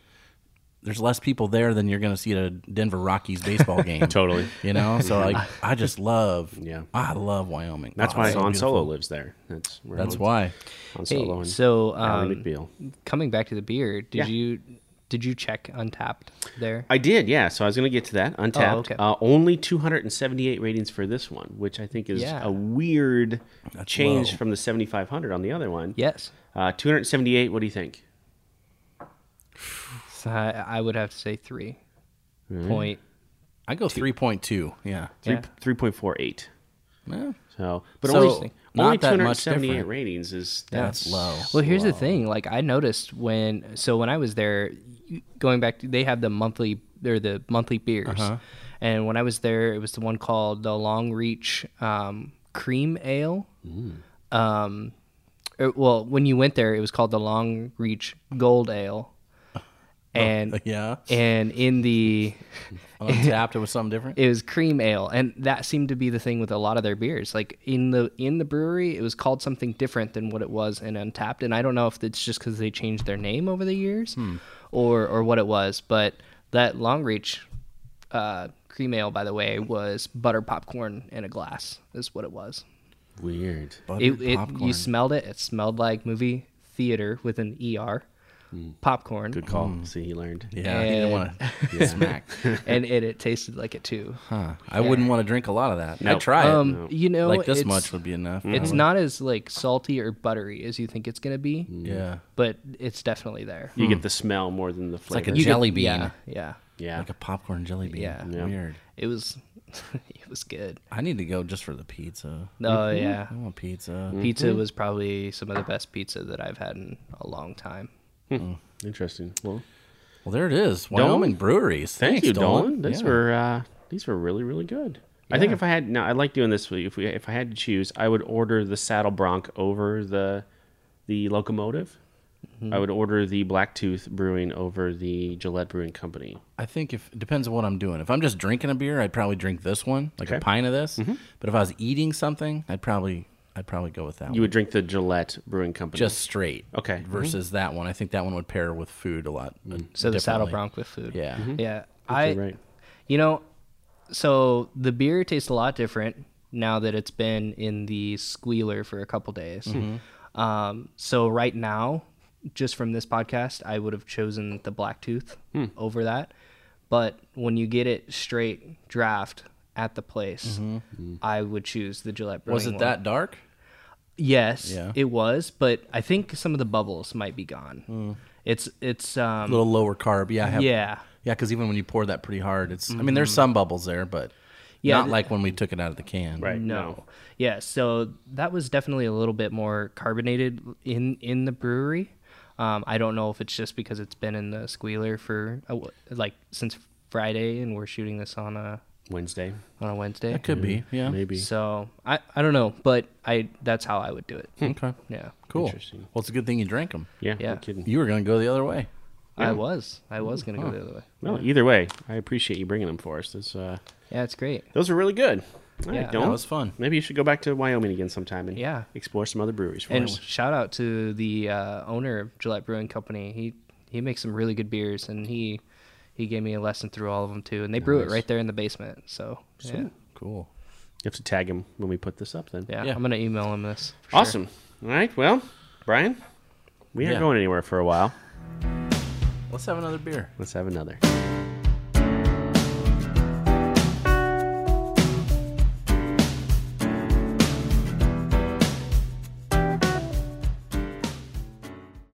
Speaker 2: There's less people there than you're going to see at a Denver Rockies
Speaker 1: *laughs*
Speaker 2: baseball game.
Speaker 1: Totally.
Speaker 2: you know. So like, I just love.
Speaker 1: Yeah.
Speaker 2: I love Wyoming.
Speaker 1: That's
Speaker 2: Oh,
Speaker 1: why
Speaker 2: it's so
Speaker 1: Han
Speaker 2: beautiful.
Speaker 1: Solo lives there. That's where
Speaker 2: That's
Speaker 1: Han-
Speaker 2: why.
Speaker 1: Han
Speaker 3: Hey,
Speaker 1: Solo and
Speaker 3: so
Speaker 1: Ally
Speaker 3: um,
Speaker 1: McBeal.
Speaker 3: coming back to the beer, did
Speaker 1: Yeah.
Speaker 3: you did you check Untapped there?
Speaker 1: I did, yeah. So I was going to get to that. Untapped.
Speaker 3: Oh, okay.
Speaker 1: uh, only 278 ratings for this one, which I think is
Speaker 3: Yeah.
Speaker 1: a weird change
Speaker 2: low.
Speaker 1: from the 7,500 on the other one.
Speaker 3: yes,
Speaker 1: Uh, 278, what do you think?
Speaker 3: So I, I would have to say three point.
Speaker 2: I go three point two. Yeah.
Speaker 1: Three,
Speaker 3: Yeah.
Speaker 1: 3.48.
Speaker 2: Yeah.
Speaker 1: So, but
Speaker 2: So,
Speaker 1: only,
Speaker 2: not
Speaker 1: only
Speaker 2: that much
Speaker 1: 278
Speaker 2: different.
Speaker 1: ratings is
Speaker 2: That's
Speaker 1: that's
Speaker 2: low.
Speaker 3: Well, here's the thing. Like I noticed when so when I was there, you- going back, to, they have the monthly they're the monthly beers,
Speaker 2: Uh-huh.
Speaker 3: and when I was there, it was the one called the Long Reach um, Cream Ale.
Speaker 2: Mm.
Speaker 3: Um, er, well, when you went there, it was called the Long Reach
Speaker 2: *laughs*
Speaker 3: Gold Ale,
Speaker 2: Oh,
Speaker 3: and
Speaker 2: Yeah.
Speaker 3: and
Speaker 2: *laughs*
Speaker 3: in the
Speaker 2: Untapped. It was something different.
Speaker 3: it was cream ale and that seemed to be the thing with a lot of their beers like in the in the brewery it was called something different than what it was in untapped and i don't know if it's just because they changed their name over the years
Speaker 2: Hmm.
Speaker 3: or or what it was but that long reach uh, cream ale by the way was butter popcorn in a glass is what it was
Speaker 1: weird.
Speaker 2: Buttered
Speaker 3: it, it
Speaker 2: popcorn.
Speaker 3: you smelled it it smelled like movie theater with an er
Speaker 2: Hmm.
Speaker 3: popcorn
Speaker 1: Good call. See, he learned.
Speaker 2: mm. yeah. He didn't want to smack.
Speaker 3: and it, it tasted like it too
Speaker 2: Huh. I wouldn't want to drink a lot of that. I'd
Speaker 1: No.
Speaker 2: try it.
Speaker 3: um you know
Speaker 2: like this
Speaker 3: it's-
Speaker 2: much would be enough.
Speaker 3: It's
Speaker 2: probably.
Speaker 3: not as like salty or buttery as you think it's gonna be,
Speaker 2: Yeah.
Speaker 3: but it's definitely there.
Speaker 1: You get the smell more than the flavor.
Speaker 2: Mm. like a
Speaker 3: You
Speaker 2: jelly
Speaker 3: could-
Speaker 2: bean.
Speaker 3: Yeah, yeah.
Speaker 1: yeah.
Speaker 2: Like a popcorn jelly bean.
Speaker 3: Yeah.
Speaker 1: Yeah.
Speaker 2: Weird.
Speaker 3: It was, *laughs* it was good.
Speaker 2: I need to go just for the pizza.
Speaker 3: Oh yeah,
Speaker 2: I want pizza.
Speaker 1: Mm.
Speaker 3: pizza was probably some of the best pizza that I've had in a long time.
Speaker 1: Interesting. Well,
Speaker 2: Well, there it is. Wyoming breweries.
Speaker 1: Thank
Speaker 2: Thanks,
Speaker 1: you, Dolan. These
Speaker 2: Yeah.
Speaker 1: were uh, these were really really good. I think if I had now, I like doing this. If we if I had to choose, I would order the Saddle Bronc over the the locomotive.
Speaker 2: Mm-hmm.
Speaker 1: I would order the Blacktooth Brewing over the Gillette Brewing Company.
Speaker 2: I think if depends on what I'm doing. If I'm just drinking a beer, I'd probably drink this one, like a
Speaker 1: Okay. Mm-hmm.
Speaker 2: pint of this. But if I was eating something, I'd probably I'd probably go with that
Speaker 1: You
Speaker 2: one.
Speaker 1: would drink the Gillette Brewing Company.
Speaker 2: Just straight.
Speaker 1: Okay. Mm-hmm.
Speaker 2: Versus that one. I think that one would pair with food a lot. uh,
Speaker 1: Mm.
Speaker 3: So the saddle
Speaker 2: differently.
Speaker 3: bronc with food.
Speaker 2: Yeah.
Speaker 3: yeah. I,
Speaker 1: You're right.
Speaker 3: you know, so the beer tastes a lot different now that it's been in the squealer for a couple days.
Speaker 2: Mm-hmm.
Speaker 3: Um, so right now, just from this podcast, I would have chosen the Blacktooth over that. But when you get it straight draft at the place, I would choose the Gillette.
Speaker 2: Mm-hmm. Was
Speaker 3: Brewing
Speaker 2: it
Speaker 3: one.
Speaker 2: that dark?
Speaker 3: Yes,
Speaker 2: Yeah.
Speaker 3: it was. But I think some of the bubbles might be gone. It's it's um
Speaker 2: A little lower carb. Yeah. I Hmm. have,
Speaker 3: yeah. Mm-hmm.
Speaker 2: Yeah, because even when you pour that pretty hard, it's. I mean, there's some bubbles there, but
Speaker 3: Yeah,
Speaker 2: not
Speaker 3: th-
Speaker 2: like when we took it out of the can.
Speaker 1: right.
Speaker 3: No. Yeah, so that was definitely a little bit more carbonated in in the brewery. Um, I don't know if it's just because it's been in the squealer for a w like since Friday, and we're shooting this on a
Speaker 1: Wednesday,
Speaker 3: on a Wednesday.
Speaker 2: It could be. Yeah.
Speaker 1: Mm-hmm. maybe.
Speaker 3: So I I don't know, but I that's how I would do it.
Speaker 2: Okay.
Speaker 3: Yeah,
Speaker 2: Cool.
Speaker 1: Interesting.
Speaker 2: Well, it's a good thing you drank them.
Speaker 1: yeah,
Speaker 3: Yeah.
Speaker 1: No kidding.
Speaker 2: You were going to go the other way.
Speaker 3: I was I was gonna go the other way.
Speaker 1: Well, either way, I appreciate you bringing them for us. That's, uh,
Speaker 3: Yeah, it's great.
Speaker 1: those are really good. All right,
Speaker 3: Yeah.
Speaker 1: Dolan.
Speaker 2: That was fun.
Speaker 1: Maybe you should go back to Wyoming again sometime and
Speaker 3: Yeah.
Speaker 1: explore some other breweries. For
Speaker 3: And
Speaker 1: us.
Speaker 3: shout out to the uh, owner of Gillette Brewing Company. He he makes some really good beers, and he he gave me a lesson through all of them too. And they brew it right there in the basement. So yeah,
Speaker 2: Cool.
Speaker 1: you have to tag him when we put this up then.
Speaker 3: yeah,
Speaker 2: Yeah.
Speaker 3: I'm gonna email him this. for sure.
Speaker 1: Awesome. All right. Well, Brian, we aren't
Speaker 2: Yeah.
Speaker 1: going anywhere for a while.
Speaker 2: Let's have another beer.
Speaker 1: Let's have another. All